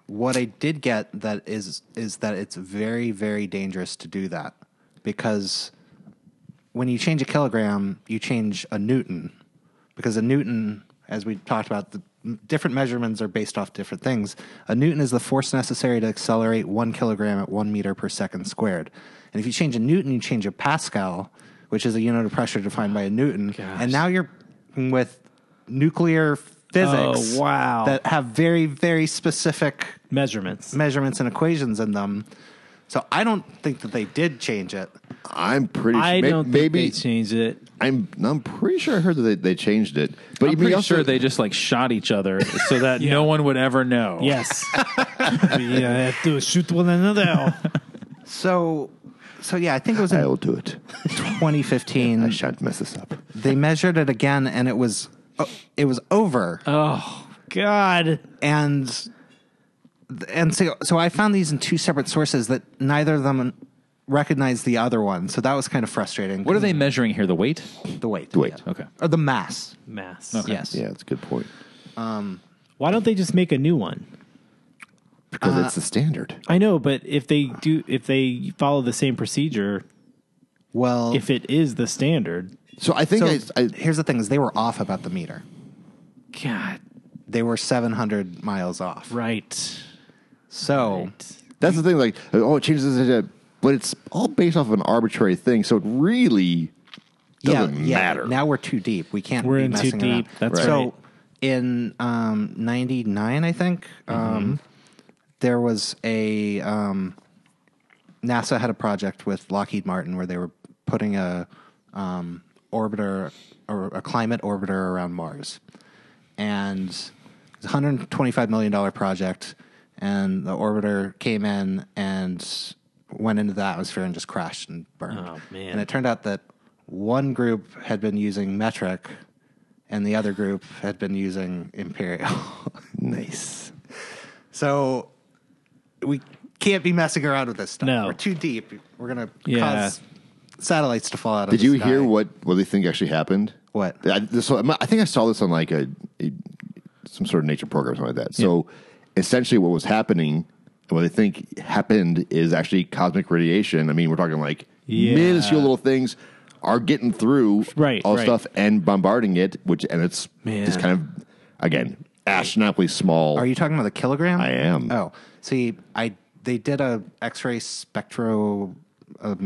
S4: What I did get that is is that it's very very dangerous to do that because when you change a kilogram, you change a newton because a newton, as we talked about, the m- different measurements are based off different things. A newton is the force necessary to accelerate one kilogram at one meter per second squared, and if you change a newton, you change a pascal, which is a unit of pressure defined by a newton, and now you're with nuclear physics
S3: Oh, wow.
S4: that have very very specific
S3: Measurements.
S4: measurements and equations in them so i don't think that they did change it
S2: I'm pretty sure,
S3: I
S2: may-
S3: don't think
S2: maybe
S3: they changed it.
S2: I'm, I'm pretty sure I heard that they, they changed it, but
S5: I'm
S2: you may
S5: pretty
S2: also-
S5: sure they just like shot each other so that no one would ever know.
S3: Yes. we uh, have to shoot one another.
S4: so so yeah i think it was in
S2: I'll do it.
S4: 2015
S2: I shan't mess this up.
S4: they measured it again and it was oh, it was over
S3: Oh God.
S4: and and so so i found these in two separate sources that neither of them recognized the other one so that was kind of frustrating
S5: What are they measuring here? The weight?
S4: the weight
S2: The weight.
S5: Okay.
S4: or the mass
S3: Mass.
S4: yes
S2: Yeah, that's a good point.
S3: Why don't they just make a new one?
S2: Because it's the standard.
S3: I know, but if they do, if they follow the same procedure,
S4: well
S3: if it is the standard,
S2: So I think
S4: so
S2: I, I,
S4: here's the thing is they were off about the meter
S3: God,
S4: they were 700 miles off.
S3: right?
S2: Oh.
S4: So
S2: that's the thing. Like, oh, it changes this, that, but it's all based off of an arbitrary thing. So it really doesn't
S4: yeah,
S2: matter.
S4: Yeah, now we're too deep. We can't.
S3: We're
S4: be
S3: in too
S4: messing around.
S3: deep. That's right.
S4: So in um, '99, I think
S3: Mm-hmm.
S4: um, there was a um, NASA had a project with Lockheed Martin where they were putting a um, orbiter or a climate orbiter around Mars, and it's a 125 million dollar project, and the orbiter came in and went into the atmosphere and just crashed and burned.
S3: Oh, man.
S4: And it turned out that one group had been using metric, and the other group had been using imperial.
S2: nice.
S4: so we can't be messing around with this stuff.
S3: No.
S4: We're too deep. We're gonna
S3: Yeah.
S4: cause satellites to fall out. of
S2: Did
S4: the
S2: you
S4: sky.
S2: hear what what they think actually happened?
S4: What?
S2: I, this, so I'm- I think I saw this on like a, a- some sort of nature program or something like that. So essentially, what was happening and what they think happened is actually cosmic radiation. I mean, we're talking like
S3: Yeah.
S2: minuscule little things are getting through
S3: Right,
S2: all
S3: right.
S2: stuff and bombarding it, which and it's
S3: Man.
S2: just kind of again astronomically small.
S4: Are you talking about the kilogram?
S2: I am.
S4: Oh, see, I they did a X-ray spectro.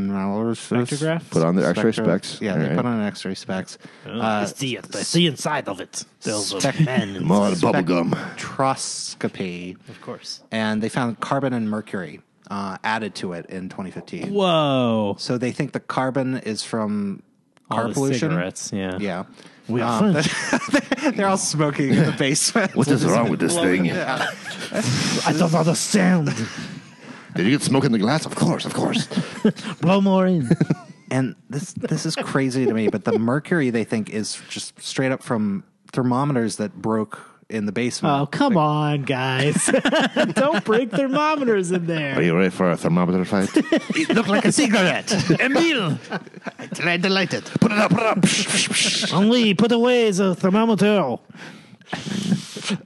S4: Spectrograph?
S3: Spectrograph?
S2: put on the X-ray
S4: Spectro-
S2: specs?
S4: Yeah,
S2: All
S4: they
S2: right.
S4: put on an X-ray specs. Uh,
S6: I see it. I see inside of it. There's
S4: spec-
S6: a man.
S2: I'm all out of bubble
S4: spec-
S2: gum.
S4: spectroscopy,
S3: Of course.
S4: and they found carbon and mercury uh, added to it in 2015.
S3: Whoa.
S4: So they think the carbon is from
S3: All
S4: car
S3: the
S4: pollution.
S3: cigarettes. Yeah.
S4: Yeah.
S3: We
S2: Ah.
S3: are French.
S4: They're all smoking in the basement.
S2: What is wrong with this thing?
S6: I don't understand.
S2: Did you get smoke in the glass? Of course, of course.
S6: Blow more in.
S4: and this this is crazy to me, but the mercury they think is just straight up from thermometers that broke in the basement.
S3: Oh come on, guys! Don't break thermometers in
S2: Are
S3: there.
S2: you ready for a thermometer fight?
S6: It looked like a cigarette. Emil! I tried to light it.
S2: put it up, put it up.
S6: Only put away the thermometer.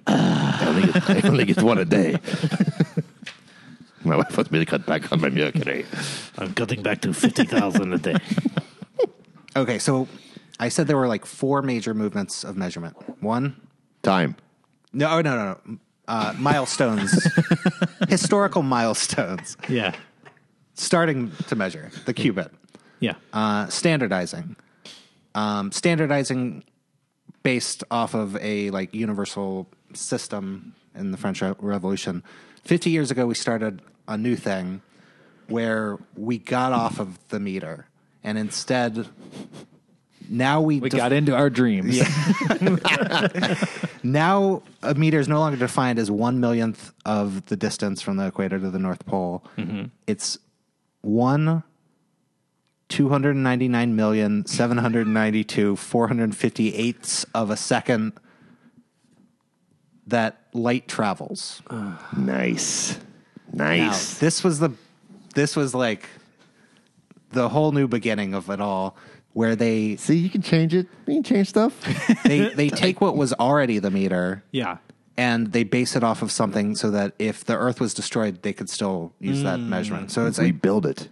S2: I only get- I only get one a day. My wife wants me to cut back on my mercury.
S6: I'm cutting back to 50,000 a day.
S3: Oh.
S4: Okay, so I said there were like four major movements of measurement. One,
S2: Time.
S4: no, oh, no, no, no, uh, milestones, historical milestones.
S3: Yeah.
S4: starting to measure the qubit,
S3: Yeah.
S4: uh, standardizing, um, standardizing based off of a like universal system in the French Re- Revolution. Fifty years ago, we started a new thing where we got off of the meter, and instead, now we
S5: We
S4: def-
S5: got into our dreams.
S4: now a meter is no longer defined as one millionth of the distance from the equator to the North Pole. It's one. 299,792, 458 of a second that light travels.
S2: Nice.
S4: Now,
S2: Nice.
S4: this was the this was like the whole new beginning of it all where they
S2: See, you can change it. You can change stuff.
S4: they, they take what was already the meter
S3: Yeah.
S4: and they base it off of something so that if the earth was destroyed they could still use that measurement so it's an
S2: Rebuild it.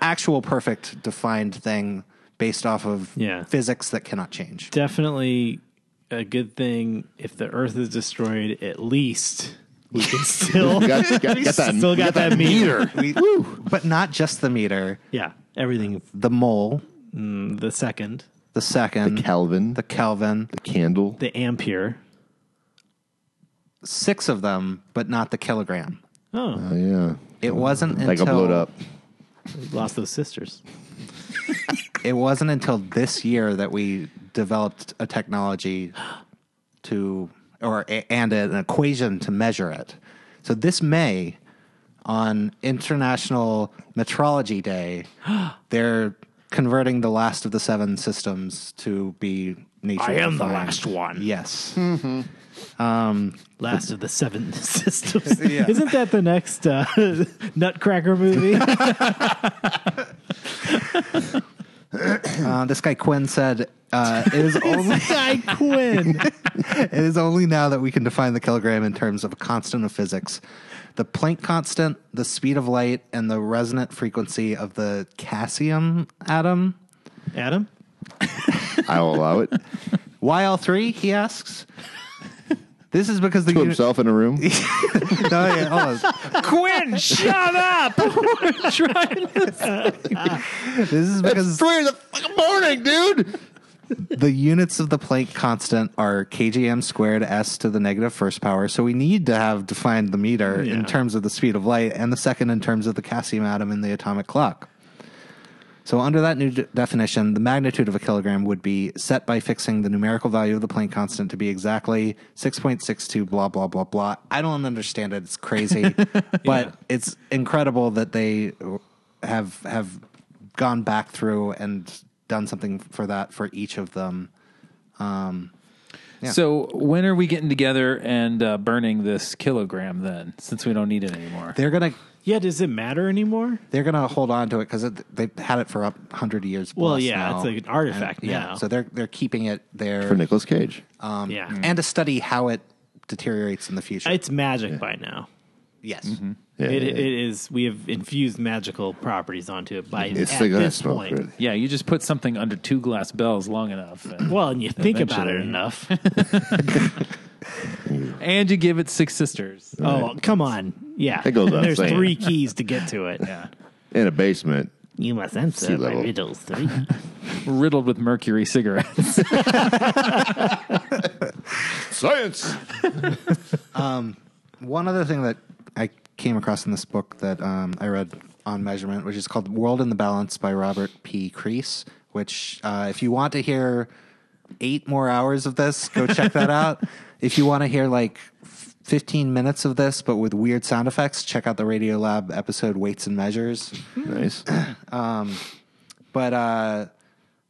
S4: actual perfect defined thing based off of
S3: Yeah.
S4: physics that cannot change
S3: Definitely a good thing if the earth is destroyed, at least we can still
S2: You got, got- got that.
S3: still got that meter.
S4: but not just the meter
S3: yeah. Everything
S4: the mole
S3: the second,
S4: the second the,
S2: Kelvin, the
S4: kelvin
S2: candle.
S3: the ampere.
S4: six of them but not the kilogram
S3: Oh,
S2: Oh, yeah.
S4: it wasn't
S2: Like
S4: until
S2: a blowed up.
S3: we lost those sisters.
S4: it wasn't until this year that we developed a technology to or a- and an equation to measure it. So this May on International Metrology Day, they're converting the last of the seven systems to be nature. I am the last one. Yes.
S3: Last of the seven systems. Isn't that the next uh, Nutcracker movie?
S4: Uh, this guy Quinn said uh, it is only
S3: Guy Quinn.
S4: It is only now that we can define the kilogram in terms of a constant of physics. The Planck constant, the speed of light, and the resonant frequency of the cassium atom.
S3: Adam.
S2: I will allow it.
S4: Why all three? He asks. This is because the
S2: To
S4: uni-
S2: himself in a room.
S4: No, yeah, hold on.
S5: Quinn, shut up! We're trying to-
S4: This is because
S2: Three in the fucking morning, dude.
S4: the units of the Planck constant are kgm squared s to the negative first power. So we need to have defined the meter
S3: Yeah.
S4: in terms of the speed of light and the second in terms of the cassium atom in the atomic clock. So under that new de- definition, the magnitude of a kilogram would be set by fixing the numerical value of the Planck constant to be exactly 6.62 blah blah blah blah. I don't understand it. It's crazy. But it's incredible that they have have gone back through and done something for that for each of them.
S5: So when are we getting together and uh, burning this kilogram then? Since we don't need it anymore.
S4: They're going to
S3: Yeah, does it matter anymore?
S4: they're gonna hold on to it because they've had it for a hundred years.
S3: Well,
S4: plus
S3: yeah,
S4: now.
S3: it's like an artifact now.
S4: So they're they're keeping it there um,
S2: For Nicolas Cage.
S3: Uh, yeah.
S4: and to study how it deteriorates in the future.
S3: It's magic by now.
S4: yes,
S2: Yeah,
S3: It,
S2: yeah,
S3: it
S2: yeah.
S3: is. We have infused magical properties onto it by
S2: It's
S3: at
S2: still gonna
S3: this
S2: smoke,
S3: point.
S2: really.
S5: yeah, you just put something under two glass bells long enough. And,
S3: Well, and you think about it
S5: Eventually.
S3: enough.
S5: and you give it six sisters.
S3: oh, come on. Yeah.
S2: That goes without
S3: There's
S2: saying.
S3: three keys to get to it. Yeah.
S2: In a basement.
S3: You must answer
S2: Sea
S3: my
S2: level.
S3: riddles three.
S5: riddled with mercury cigarettes.
S2: Science.
S4: One other thing that I came across in this book that um, I read on measurement, which is called World in the Balance by Robert P. Crease, which, uh, if you want to hear eight more hours of this, go check that out. If you want to hear like 15 minutes of this, but with weird sound effects, check out the Radio Lab episode Weights and Measures.
S2: Nice.
S4: but uh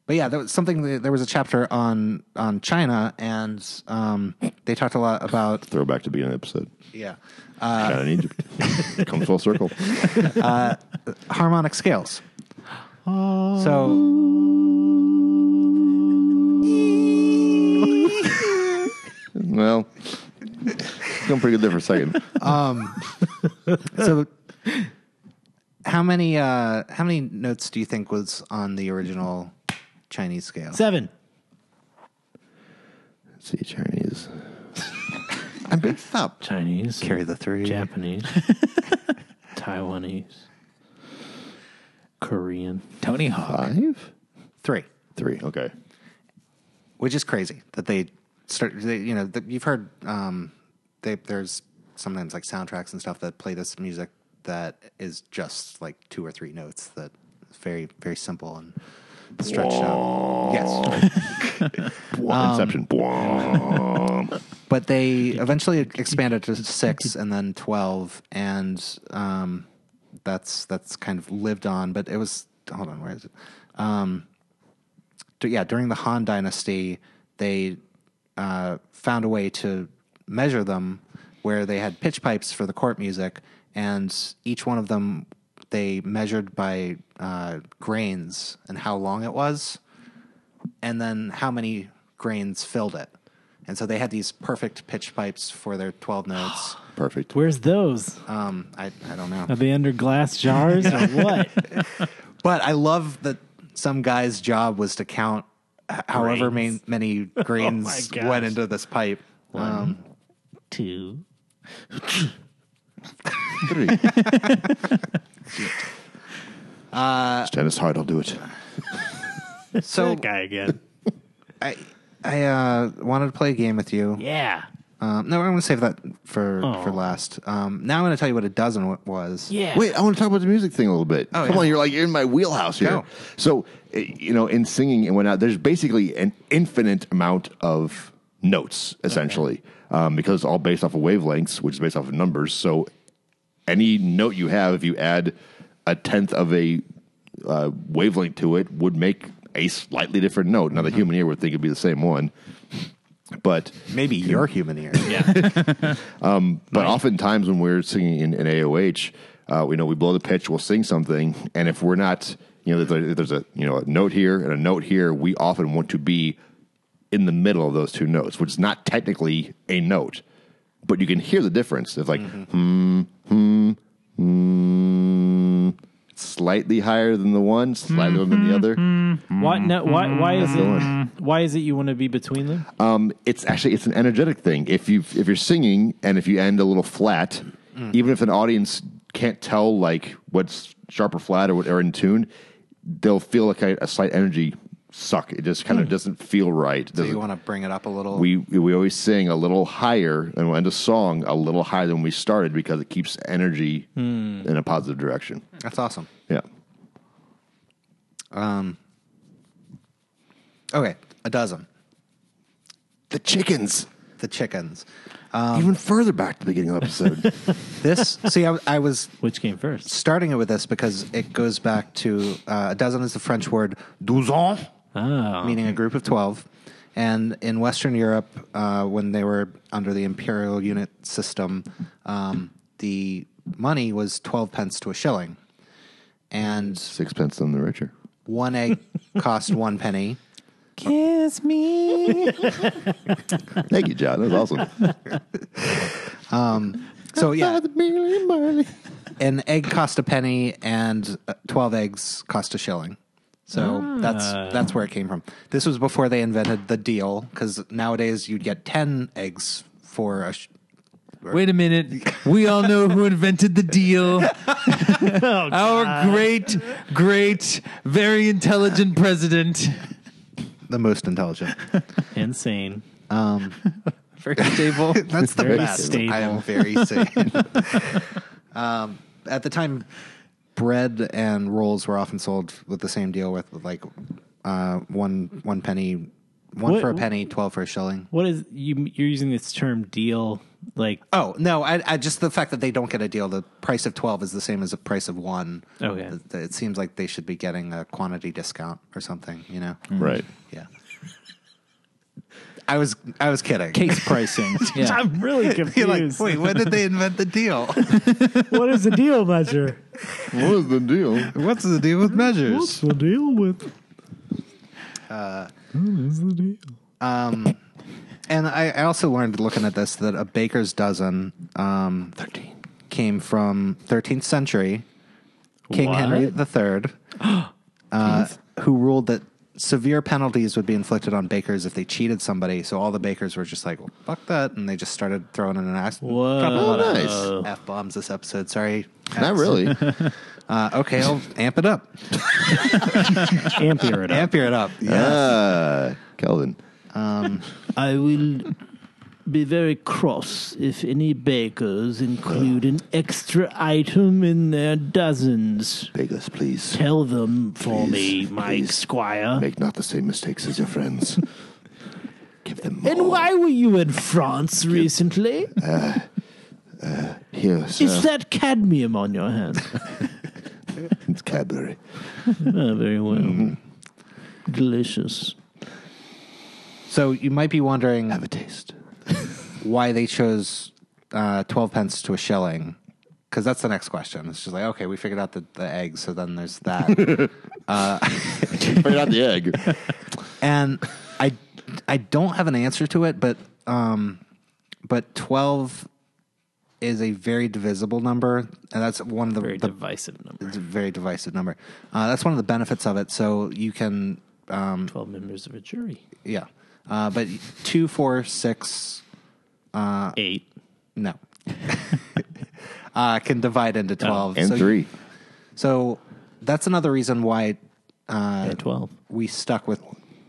S4: but yeah there was something that- there was a chapter on on china and um they talked a lot about
S2: Throwback to beginning episode.
S4: yeah
S2: China and Egypt. Comes full circle.
S4: harmonic scales so
S2: Well, it's going pretty good there for a second.
S4: so how many uh how many notes do you think was on the original chinese scale
S3: Seven.
S2: Let's see, Chinese.
S4: i'm big stop
S3: Chinese.
S4: carry the three
S3: Japanese. Taiwanese. Korean.
S5: Tony Hawk.
S2: Five?
S4: Three,
S2: Three. Okay.
S4: which is crazy that they start. They, you know, that you've heard um, they, there's sometimes like soundtracks and stuff that play this music that is just like two or three notes that is very very simple and stretched out. Yes.
S2: Inception. Bwom.
S4: but they eventually expanded to six and then 12 and um, that's that's kind of lived on but it was hold on where is it um, d- yeah during the han dynasty they uh, found a way to measure them where they had pitch pipes for the court music and each one of them they measured by uh, grains and how long it was and then how many grains filled it. And so they had these perfect pitch pipes for their 12 notes.
S2: Perfect.
S3: Where's those?
S4: Um, I, I don't know.
S3: Are they under glass jars or what?
S4: But I love that some guy's job was to count h- however many, many grains
S3: Oh gosh.
S4: went into this pipe. Um,
S3: Two.
S2: Three. Stannis Hard, I'll do it.
S4: so
S3: That guy again.
S4: I, I uh, wanted to play a game with you.
S3: Yeah. Oh.
S4: Um, no, I'm going to save that for, for last. Um, now I'm going to tell you what a dozen w- was.
S3: Yeah.
S2: Wait, I want to talk about the music thing a little bit. Come
S4: Oh, yeah.
S2: on, you're like you're in my wheelhouse here.
S4: Go.
S2: So, eh, you know, in singing and whatnot, there's basically an infinite amount of notes essentially, um, because it's all based off of wavelengths, which is based off of numbers. So, any note you have, if you add a tenth of a uh, wavelength to it, would make a slightly different note. Now, the
S4: Mm-hmm.
S2: human ear would think it'd be the same one, but
S4: Maybe your human ear.
S2: but oftentimes when we're singing in, in AOH, uh, we know we blow the pitch, we'll sing something, and if we're not, you know, there, there's a you know a note here and a note here, we often want to be in the middle of those two notes, which is not technically a note, but you can hear the difference. If like hmm, hmm, hmm, slightly higher than the one, slightly lower than the other.
S3: Why,
S7: Mm-hmm.
S3: no, why, why is
S2: one.
S3: it? Why is it you want to be between them?
S2: um, it's actually it's an energetic thing. If you if you're singing and if you end a little flat,
S4: Mm.
S2: even if an audience can't tell like what's sharp or flat or what are in tune, they'll feel like a, a slight energy suck. It just kind of doesn't feel right.
S4: Mm. So you
S2: Doesn't-
S4: want to bring it up a little?
S2: we we always sing a little higher and we'll end a song a little higher than we started because it keeps energy
S4: Hmm.
S2: in a positive direction.
S4: That's awesome.
S2: Yeah.
S4: Okay, a dozen.
S2: The chickens.
S4: The chickens. Um,
S2: Even further back to the beginning of the episode.
S4: This, see, I, I was
S3: Which came first?
S4: starting it with this because it goes back to uh, a dozen is the French word douzaine,
S3: Oh,
S4: meaning a group of 12. And in Western Europe, uh, when they were under the imperial unit system, um, the money was 12 pence to a shilling. And
S2: Sixpence on the richer.
S4: one egg cost one penny.
S3: kiss me.
S2: Thank you, John. That was awesome.
S4: So, yeah,
S2: Merely, merely.
S4: an egg cost a penny and uh, 12 eggs cost a shilling. So that's that's where it came from. This was before they invented the deal cuz nowadays you'd get 10 eggs for a sh-
S5: Wait a minute. We all know who invented the deal.
S7: Oh,
S5: Our great, great, very intelligent president.
S4: the most intelligent.
S3: Insane.
S5: Very stable.
S4: That's the
S3: Very
S4: best.
S3: stable.
S4: I am very sane. um, at the time, bread and rolls were often sold with the same deal with, with like uh, one one penny, one
S3: What-
S4: for a penny, twelve for a shilling.
S3: What is you? You're using this term deal like
S4: Oh no! I, I just the fact that they don't get a deal. The price of twelve is the same as the price of one.
S5: Oh,
S3: Okay.
S4: It, it seems like they should be getting a quantity discount or something. You know?
S2: Right.
S4: Yeah. I was I was kidding.
S5: Case pricing. Yeah.
S3: I'm really
S4: You're like,
S3: confused.
S4: wait, when did they invent the deal?
S3: what is the deal measure?
S2: What is the deal?
S7: Oh,
S4: What's the deal with measures?
S3: the deal with? Uh, what is the deal?
S4: And I, I also learned looking at this that a baker's dozen um, came from 13th century King
S3: What?
S4: Henry III, uh, who ruled that severe penalties would be inflicted on bakers if they cheated somebody. So all the bakers were just like, well, fuck that. And they just started throwing in an ass.
S3: Whoa.
S4: dropping a lot
S2: Oh, Nice.
S4: of F bombs this episode. Sorry.
S2: Not really.
S4: Uh, okay, I'll amp it up.
S3: Ampere it up.
S4: Ampere it up. Yeah.
S2: Uh, Kelvin.
S7: I will be very cross if any bakers include an extra item in their dozens.
S2: Vegas, please.
S7: Tell them for
S2: Please,
S7: me, Mike
S2: please.
S7: Squire.
S2: Make not the same mistakes as your friends. Give them more.
S7: And why were you in France recently?
S3: Uh.
S2: Here, sir.
S7: Is that cadmium on your hand?
S2: It's Cadbury.
S7: Ah, very well.
S4: Mm-hmm.
S7: Delicious.
S4: So you might be wondering
S2: Have a taste.
S4: why they chose uh, 12 pence to a shilling. Because that's the next question. It's just like, okay, we figured out the, the egg, so then there's that.
S2: Bring out the egg.
S4: and I, I don't have an answer to it, but, um, but 12 is a very divisible number. And that's one of the,
S7: Very
S4: the
S7: divisive number.
S4: it's a very divisive number. Uh, that's one of the benefits of it. So you can, um,
S7: 12 members of a jury.
S4: yeah. Uh, but two, four, six, Uh,
S7: Eight.
S4: no. uh, can divide into 12.
S2: And
S4: So you-
S2: three.
S4: So that's another reason why uh,
S7: and 12.
S4: we stuck with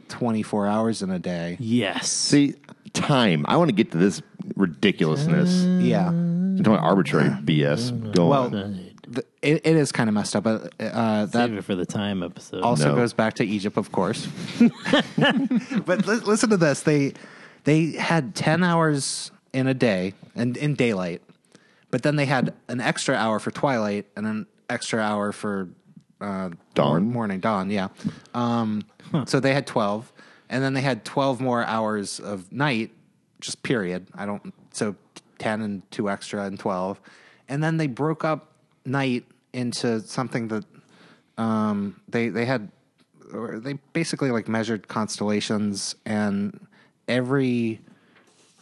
S4: 24 hours in a day.
S7: Yes.
S2: See, time. I want to get to this ridiculousness.
S4: Yeah.
S2: I'm talking about arbitrary BS. Go
S4: Well,
S2: on.
S4: the, it, it is kind of messed up, but uh, that
S7: Save it for the time episode.
S4: also
S2: No.
S4: goes back to Egypt, of course. but li- listen to this: they they had 10 hours in a day and in daylight, but then they had an extra hour for twilight and an extra hour for uh,
S2: Dawn?
S4: morning dawn. Yeah, um, so they had 12, and then they had 12 more hours of night, just period. I don't so 10 and two extra and 12, and then they broke up night into something that um, they they had or they basically like measured constellations and every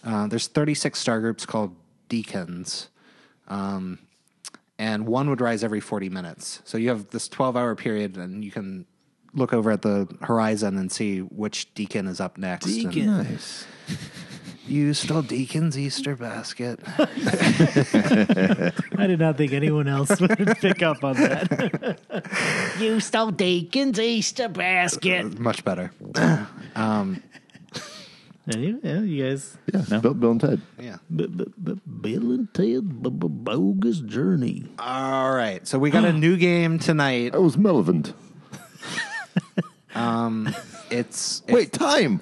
S4: uh, there's 36 star groups called deacons um, and one would rise every 40 minutes so you have this 12 hour period and you can look over at the horizon and see which deacon is up next and-
S7: Nice.
S4: you stole deacon's easter basket
S3: I did not think anyone else would pick up on that.
S6: You stole Deacon's Easter basket.
S4: much better
S3: Uh, Anyway, yeah, you guys.
S2: Yeah, Bill, Bill and Ted.
S4: yeah
S7: Bill and Ted b- b- Bogus Journey.
S4: all right so we got a new game tonight
S2: That was relevant.
S4: it's, it's
S2: Wait, time.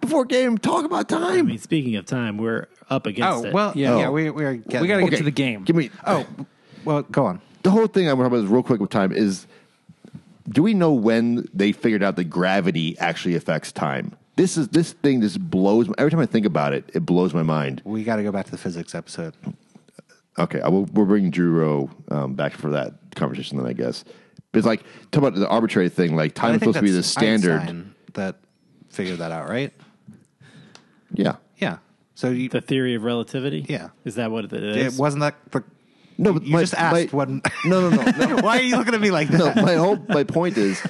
S2: Before game, talk about
S7: I
S2: time.
S7: mean, speaking of time, we're up against
S4: oh
S7: it.
S4: well yeah,
S2: Oh.
S4: yeah we, we're getting
S5: We got to
S2: Okay.
S5: get to the game.
S2: Give me.
S4: oh well go on
S2: the whole thing I'm talking about is real quick with time is do we know when they figured out that gravity actually affects time? This is this thing just blows my, every time I think about it, it blows my mind.
S4: We got to go back to the physics episode.
S2: Okay, I will, we'll bring Drew Rowe um, back for that conversation then, I guess. But it's like talk about the arbitrary thing, like time
S4: I
S2: is
S4: think
S2: supposed to be the
S4: that's
S2: standard.
S4: Einstein that figured that out, right?
S2: Yeah.
S4: Yeah. So you,
S3: The theory of relativity?
S4: Yeah.
S3: Is that what it
S4: it
S3: is?
S4: wasn't that the.
S2: No, but
S4: you
S2: my-
S4: just asked
S2: my-
S4: when.
S2: No, no, no. no.
S4: Why are you looking at me like that?
S2: no, my whole my point is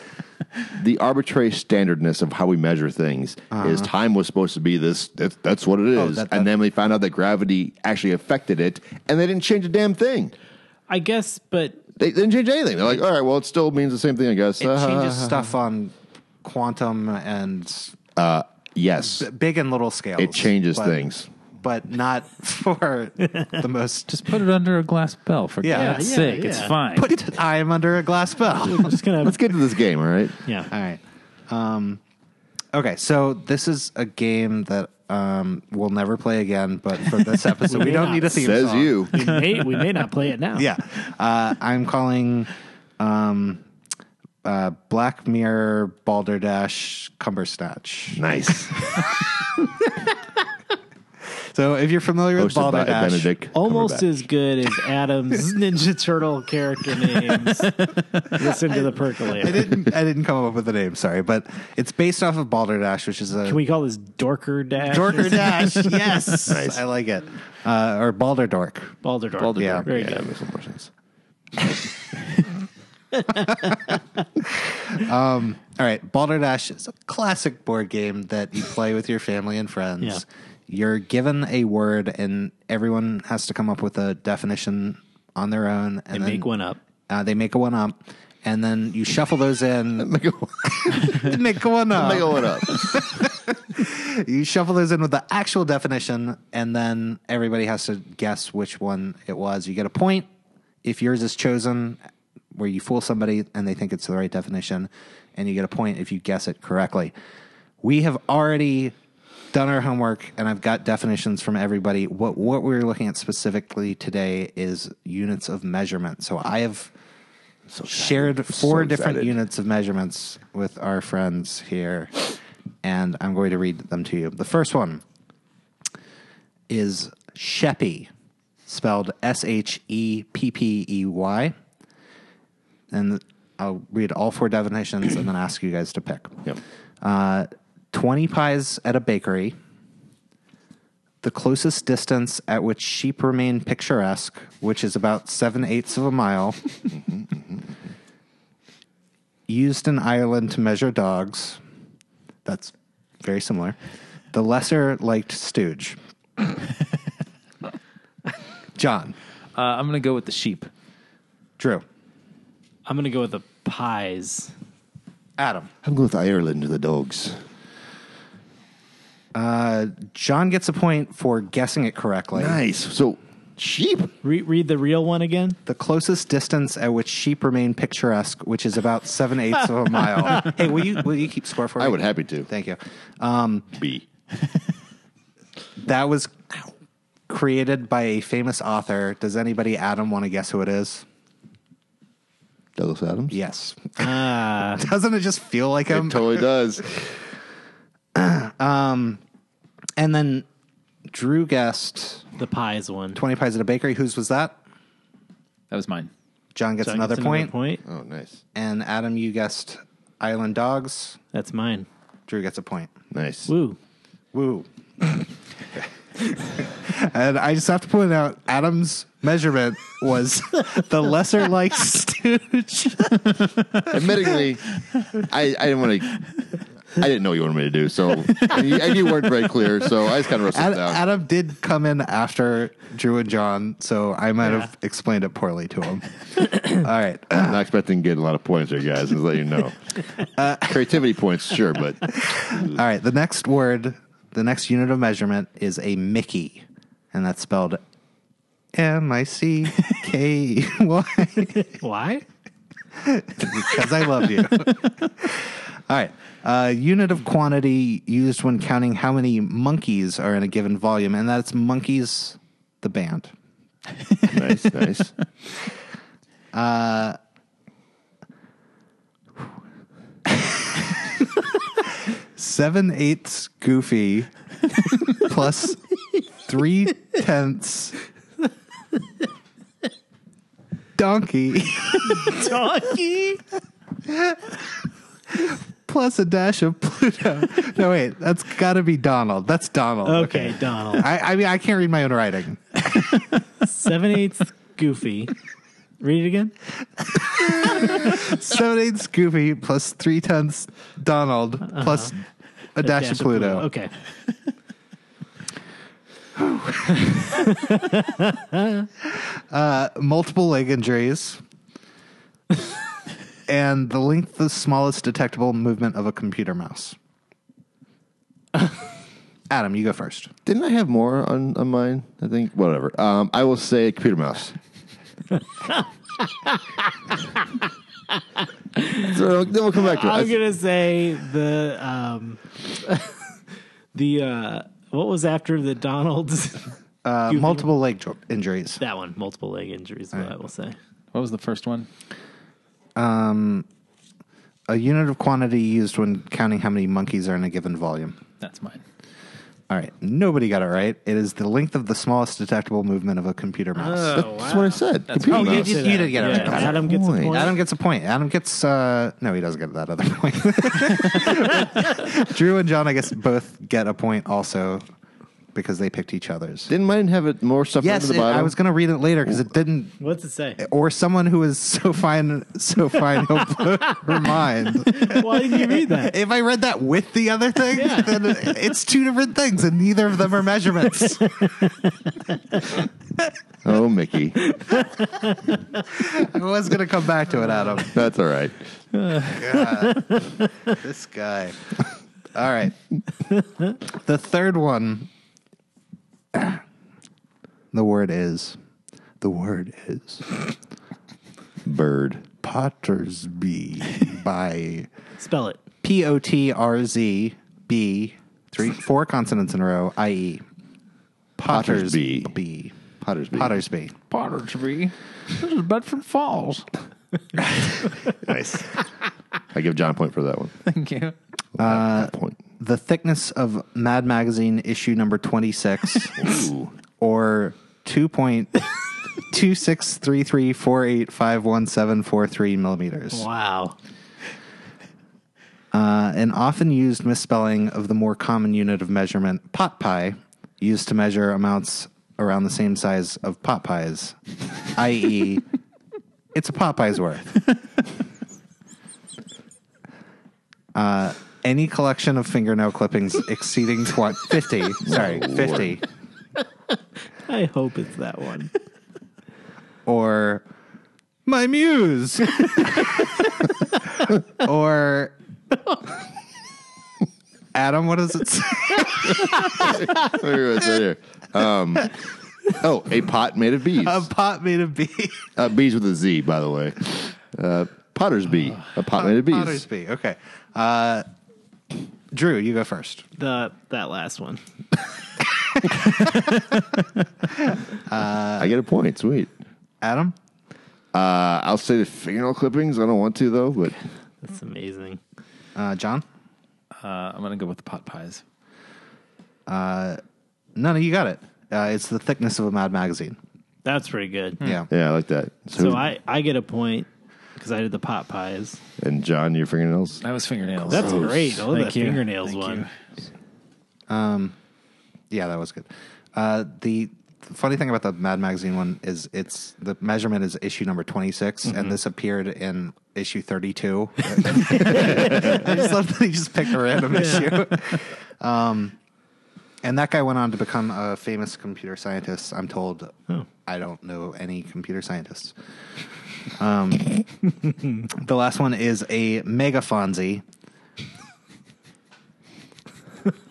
S2: the arbitrary standardness of how we measure things is time was supposed to be this that's that's what it is
S4: Uh-huh. Oh, that-
S2: and
S4: that-
S2: then we found out that gravity actually affected it and they didn't change a damn thing
S3: I guess, but
S2: they didn't change anything they're like all right well it still means the same thing i guess Uh-huh.
S4: It changes stuff on quantum and
S2: yes
S4: big and little scales.
S2: it changes
S4: but-
S2: things
S4: But not for the most.
S5: Just put it under a glass bell for
S4: Yeah.
S5: God's
S3: Yeah,
S5: sake.
S3: yeah.
S5: It's fine.
S4: Put time under a glass bell.
S3: I'm just going
S2: let's
S3: to.
S2: get to this game all right
S3: Yeah.
S4: All right. Um, okay, so this is a game that um, we'll never play again, but for this episode, we don't need a theme
S2: says
S4: song.
S2: you
S3: we, may, we may not play it now.
S4: Yeah. Uh, I'm calling um, uh, Black Mirror Balderdash Cumberstatch.
S2: nice
S4: So if you're familiar with
S2: hosted Oh, by
S4: Balderdash,
S2: benedict
S3: Almost
S2: Cumberbatch.
S3: as good as Adam's Ninja Turtle character names. Listen to the
S4: I
S3: percolator.
S4: didn't, I didn't come up with the name, sorry, but it's based off of Balderdash, which is a
S3: Can we call this Dorker Dash?
S4: Dorker Dash. yes.
S2: Nice.
S4: I like it. Uh, or Balder Dork.
S3: Balder Dork.
S2: Baldur
S4: Yeah.
S2: Dork.
S3: Very
S2: yeah,
S3: good.
S2: that makes more sense.
S4: All right, Balderdash is a classic board game that you play with your family and friends.
S3: Yeah.
S4: You're given a word, and everyone has to come up with a definition on their own, and
S3: Make one up.
S4: Uh, they make a one up, and then you shuffle those in.
S2: Make a-
S4: make a one up.
S2: make a one up.
S4: You shuffle those in with the actual definition, and then everybody has to guess which one it was. You get a point if yours is chosen, where you fool somebody and they think it's the right definition, and you get a point if you guess it correctly. We have already done our homework, and I've got definitions from everybody. What what we're looking at specifically today is units of measurement. So I have shared four
S2: So
S4: different
S2: excited.
S4: units of measurements with our friends here, and I'm going to read them to you. The first one is Sheppy, spelled S H E P P E Y. And I'll read all four definitions and then ask you guys to pick.
S2: Yep.
S4: Uh, 20 pies at a bakery, the closest distance at which sheep remain picturesque, which is about seven eighths of a mile. Used in Ireland to measure dogs. That's very similar. The lesser liked stooge. John,
S5: Uh, I'm gonna go with the sheep.
S4: Drew,
S8: I'm gonna go with the pies.
S4: Adam.
S2: I'm going with Ireland to the dogs.
S4: John gets a point for guessing it correctly.
S2: Nice. So cheap.
S3: Re- read the real one again.
S4: The closest distance at which sheep remain picturesque, which is about seven eighths of a mile. hey, will you will you keep score for me?
S2: I would happy to.
S4: Thank you. Um,
S2: be.
S4: That was created by a famous author. Does anybody, Adam, want to guess who it is?
S2: Douglas Adams?
S4: Yes. Doesn't it just feel like him?
S2: It totally does.
S4: and then Drew guessed
S8: The pies one.
S4: 20 pies at a bakery. Whose was that?
S5: That was mine.
S4: John gets
S3: So I
S4: another,
S3: guess
S4: point.
S3: point.
S2: Oh, nice.
S4: And Adam, you guessed Island Dogs.
S3: That's mine.
S4: Drew gets a point.
S2: Nice.
S3: Woo.
S4: Woo. and I just have to point out Adam's measurement was the lesser like stooge.
S2: Admittingly, I, I didn't want to. I didn't know what you wanted me to do, so and you, and you weren't very clear. So I just kind of wrote it
S4: Ad-
S2: down.
S4: Adam did come in after Drew and John, so I might have explained it poorly to him. All right.
S2: Not expecting to get a lot of points here, guys. Just let you know. Creativity points, sure, but
S4: All right. The next word, the next unit of measurement is a Mickey, and that's spelled M I C K Y.
S3: Why?
S4: because I love you. All right. Uh, unit of quantity used when counting how many monkeys are in a given volume, and that's monkeys, the band.
S2: nice, nice.
S4: Seven eighths goofy plus three tenths donkey
S3: Donkey.
S4: plus a dash of Pluto. No, wait, that's got to be Donald. That's Donald.
S3: Okay, Donald.
S4: I, I mean, I can't read my own writing.
S3: Seven eighths goofy. Read it again.
S4: Seven eighths Goofy plus three tenths Donald plus Uh-huh. a dash, of Pluto.
S3: Okay.
S4: Multiple leg injuries. and the length, the smallest detectable movement of a computer mouse. Adam, you go first.
S2: Didn't I have more on, on mine? I think whatever. Um, I will say computer mouse. so then we'll come back to it.
S3: I'm gonna say the um, the uh, what was after the Donald's
S4: Uh,
S3: Goofy.
S4: multiple leg jo- injuries.
S3: that one multiple leg injuries. What I will say.
S5: What was the first one?
S4: A unit of quantity used when counting how many monkeys are in a given volume.
S5: That's mine.
S4: All right, nobody got it right. It is the length of the smallest detectable movement of a computer mouse.
S2: That's what I said.
S3: Oh,
S2: computer
S4: you,
S2: mouse.
S4: you, you did get it right.
S3: Yeah, Adam gets a
S2: Point.
S3: point.
S4: Adam gets a point. Adam gets uh no, he doesn't get that other point. Drew and John, I guess, both get a point also. because they picked each other's.
S2: Didn't mine have it more stuff
S4: Yes,
S2: under
S4: it-
S2: the bottom?
S4: I was going to read it later because it didn't.
S3: What's it say?
S4: Or someone who is so fine, so fine, he'll blow her mind.
S3: Why did you read that?
S4: If I read that with the other thing, then it's two different things, and neither of them are measurements.
S2: oh, Mickey,
S4: I was going to come back to it, Adam.
S2: that's all right.
S4: This guy. All right. The third one. The word is. The word is.
S2: Bird.
S4: Pottersby by
S3: Spell it.
S4: P O T R Z B three four consonants in a row, E. i.e.
S2: Pottersby.
S4: Pottersby.
S2: Pottersby.
S4: Pottersby.
S5: Pottersby. This is Bedford Falls.
S2: Nice. I give John a point for that one.
S5: Thank you.
S4: Uh,
S2: point.
S4: The thickness of Mad Magazine issue number twenty six
S2: Ooh.
S4: or two point two six three three four eight five one seven four three millimeters.
S3: Wow.
S4: Uh, an often used misspelling of the more common unit of measurement, pot pie, used to measure amounts around the same size of pot pies, i.e., it's a pot pie's worth. Uh, Uh, any collection of fingernail clippings exceeding tw- 50, sorry, 50,
S3: I hope it's that one.
S4: or my muse, or Adam, what does it say?
S2: There it is, right here. Um, oh, a pot made of bees.
S4: A pot made of bees.
S2: Uh, bees with a Z, by the way. Uh, Potter's bee. A pot made of bees.
S4: Potter's Bee. Okay. Uh, Drew, you go first.
S3: The that last one.
S4: uh,
S2: I get a point. Sweet.
S4: Adam,
S2: Uh, I'll say the fingernail clippings. I don't want to though, but
S3: That's amazing.
S4: uh, John.
S5: Uh, I'm going to go with the pot pies.
S4: No, no, you got it. Uh, it's the thickness of a Mad magazine.
S3: That's pretty good.
S4: Hmm. Yeah.
S2: yeah, I like that. So,
S3: So I, I get a point because I did the pot pies.
S2: and John, your fingernails.
S5: That was fingernails.
S3: That's great. I love
S5: Oh, Thank
S3: that
S5: you.
S3: fingernails
S5: Thank
S3: one.
S5: you.
S4: Um, Yeah, that was good. Uh, the funny thing about the Mad magazine one is it's the measurement is issue number twenty and this appeared in issue thirty two. I just love that he just picked a random issue. Um, and that guy went on to become a famous computer scientist. I'm told. I don't know any computer scientists. Um, the last one is a mega Fonzie.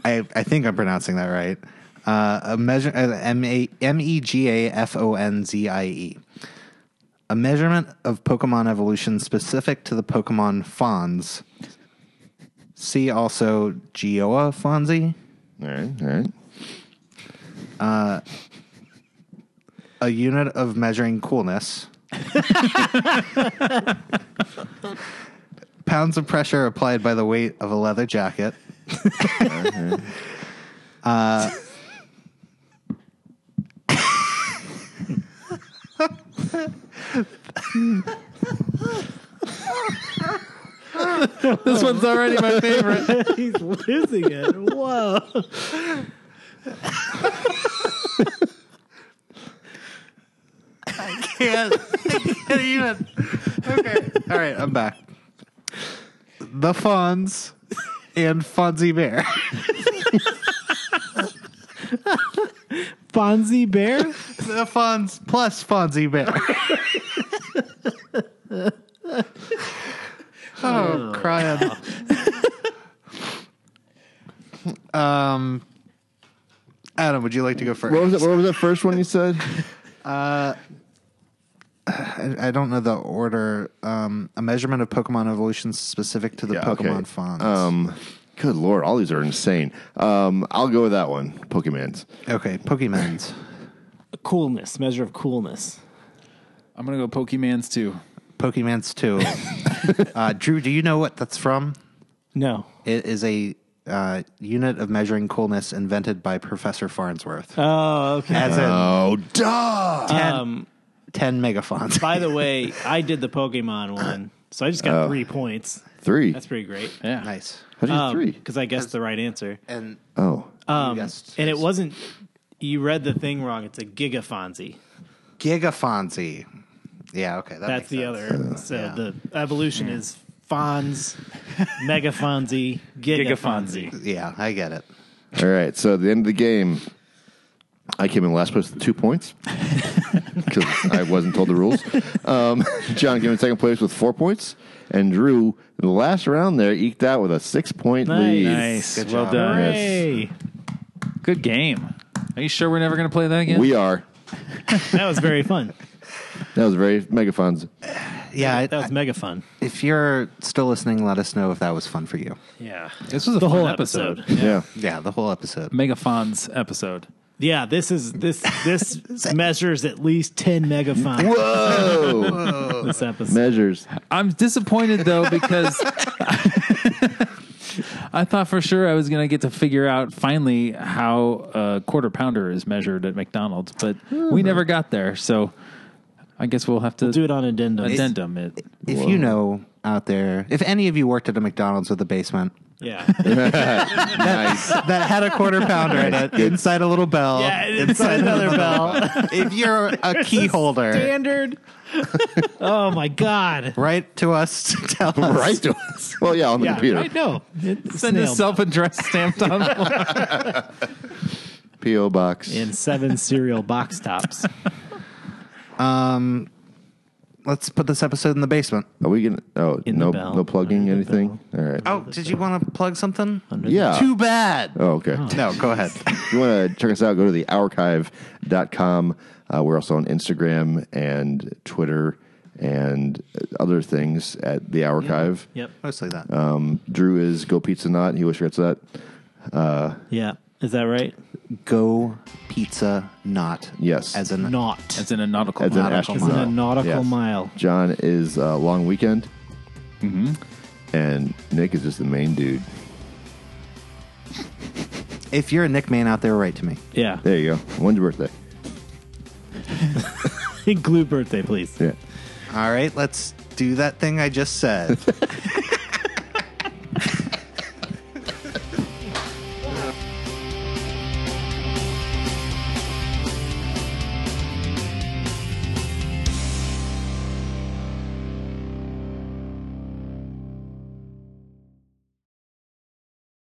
S4: I, I think I'm pronouncing that right. Uh, a measure uh, M A M E G A F O N Z I E. A measurement of Pokemon evolution specific to the Pokemon Fons. See also Geoa Fonzie.
S2: All right, all right.
S4: A unit of measuring coolness. Pounds of pressure applied by the weight of a leather jacket. Oh.
S5: This one's already my favorite.
S3: He's losing it. Whoa.
S4: can't. I can't even. Okay. All right, I'm back. The Fonz and Fonzie Bear.
S3: Fonzie Bear?
S4: The Fonz plus Fonzie Bear. oh, crying. um, Adam, would you like to go first?
S2: What was that? What was that first one you said?
S4: I, I don't know the order. Um, a measurement of Pokemon evolution specific to the
S2: Yeah, okay.
S4: Pokemon Fonz.
S2: Um, good lord, all these are insane. Um, I'll go with that one. Pokemans.
S4: okay, Pokemons.
S3: Coolness. Measure of coolness.
S5: I'm going to go Pokemans too.
S4: Pokemans 2. uh, Drew, do you know what that's from?
S3: No.
S4: It is a uh, unit of measuring coolness invented by Professor Farnsworth.
S3: Oh, okay.
S4: as in
S2: Oh, duh.
S4: 10,
S3: um,
S4: 10 megafonts.
S3: by the way, I did the Pokemon one, so I just got three points.
S2: Three.
S3: That's pretty great.
S5: Yeah.
S4: nice.
S2: How do you
S3: Um,
S2: three?
S3: Because I guessed the right answer.
S4: And
S2: Oh,
S3: Um,
S4: guessed-
S3: and it wasn't. You read the thing wrong. It's a gigafonzi.
S4: Gigafonzi. Yeah, okay. That
S3: That's
S4: makes
S3: the
S4: sense.
S3: other. So the evolution is Fonz, Megafonzi, Gigafonzi.
S4: Yeah, I get it.
S2: All right. So at the end of the game, I came in last place with two points because I wasn't told the rules. Um, John came in second place with four points, and Drew in the last round there eked out with a six point lead.
S5: Nice.
S4: Good
S5: well
S4: job.
S5: done.
S3: Hey,
S5: Good game. Are you sure we're never going to play that again?
S2: We are.
S3: that was very fun.
S2: That was very megafons.
S4: Yeah, I,
S3: That was mega fun.
S4: if you're still listening, let us know if that was fun for you.
S3: Yeah,
S5: this was a
S3: the
S5: fun
S3: whole
S5: episode.
S3: episode.
S2: Yeah.
S4: Yeah, the whole episode.
S5: Megafon's episode.
S3: Yeah, this is this this measures at least ten megafonds.
S2: Whoa!
S3: This episode.
S2: Measures.
S5: I'm disappointed though because I thought for sure I was going to get to figure out finally how a quarter pounder is measured at McDonald's, but we never got there. So I guess we'll have to
S3: Do it on addendum.
S5: addendum it.
S4: If you know out there, if any of you worked at a McDonald's with a basement
S3: Yeah.
S2: nice.
S4: that had a quarter pounder in it, inside a little bell,
S3: yeah, inside another bell.
S4: if you're a key holder,
S3: Standard. oh my god.
S4: write to us to tell us.
S2: Right to us. Well, yeah, on the
S3: Yeah,
S2: computer.
S3: I know.
S5: Send a self-addressed stamped envelope.
S2: P.O. Box.
S3: in seven cereal box tops.
S4: Let's put this episode in the basement.
S2: Are we going to. Oh,
S3: In the
S2: no,
S3: bell.
S2: no plugging,
S3: Under the
S2: anything? All right.
S4: Oh, did you want to plug something?
S2: yeah.
S4: Too bad.
S2: Oh, okay.
S4: Uh, No, go ahead.
S2: If you want to check us out, go to the archive.com. Uh, we're also on Instagram and Twitter and other things at the archive.
S3: Yep.
S4: Mostly that.
S2: Um, Drew is Go Pizza Not. He always forgets that.
S3: Yeah. Is that right?
S4: go pizza not.
S2: Yes.
S4: As in
S3: Not.
S5: That's in a nautical.
S2: As an
S5: mile.
S4: nautical
S2: astronaut.
S4: mile.
S3: a nautical
S2: Yes.
S3: mile.
S2: John is uh, Long Weekend. And Nick is just the main dude.
S4: if you're a Nick man out there, write to me.
S3: Yeah.
S2: There you go. When's your birthday?
S3: Glue birthday, please.
S2: Yeah.
S4: All right, let's do that thing I just said.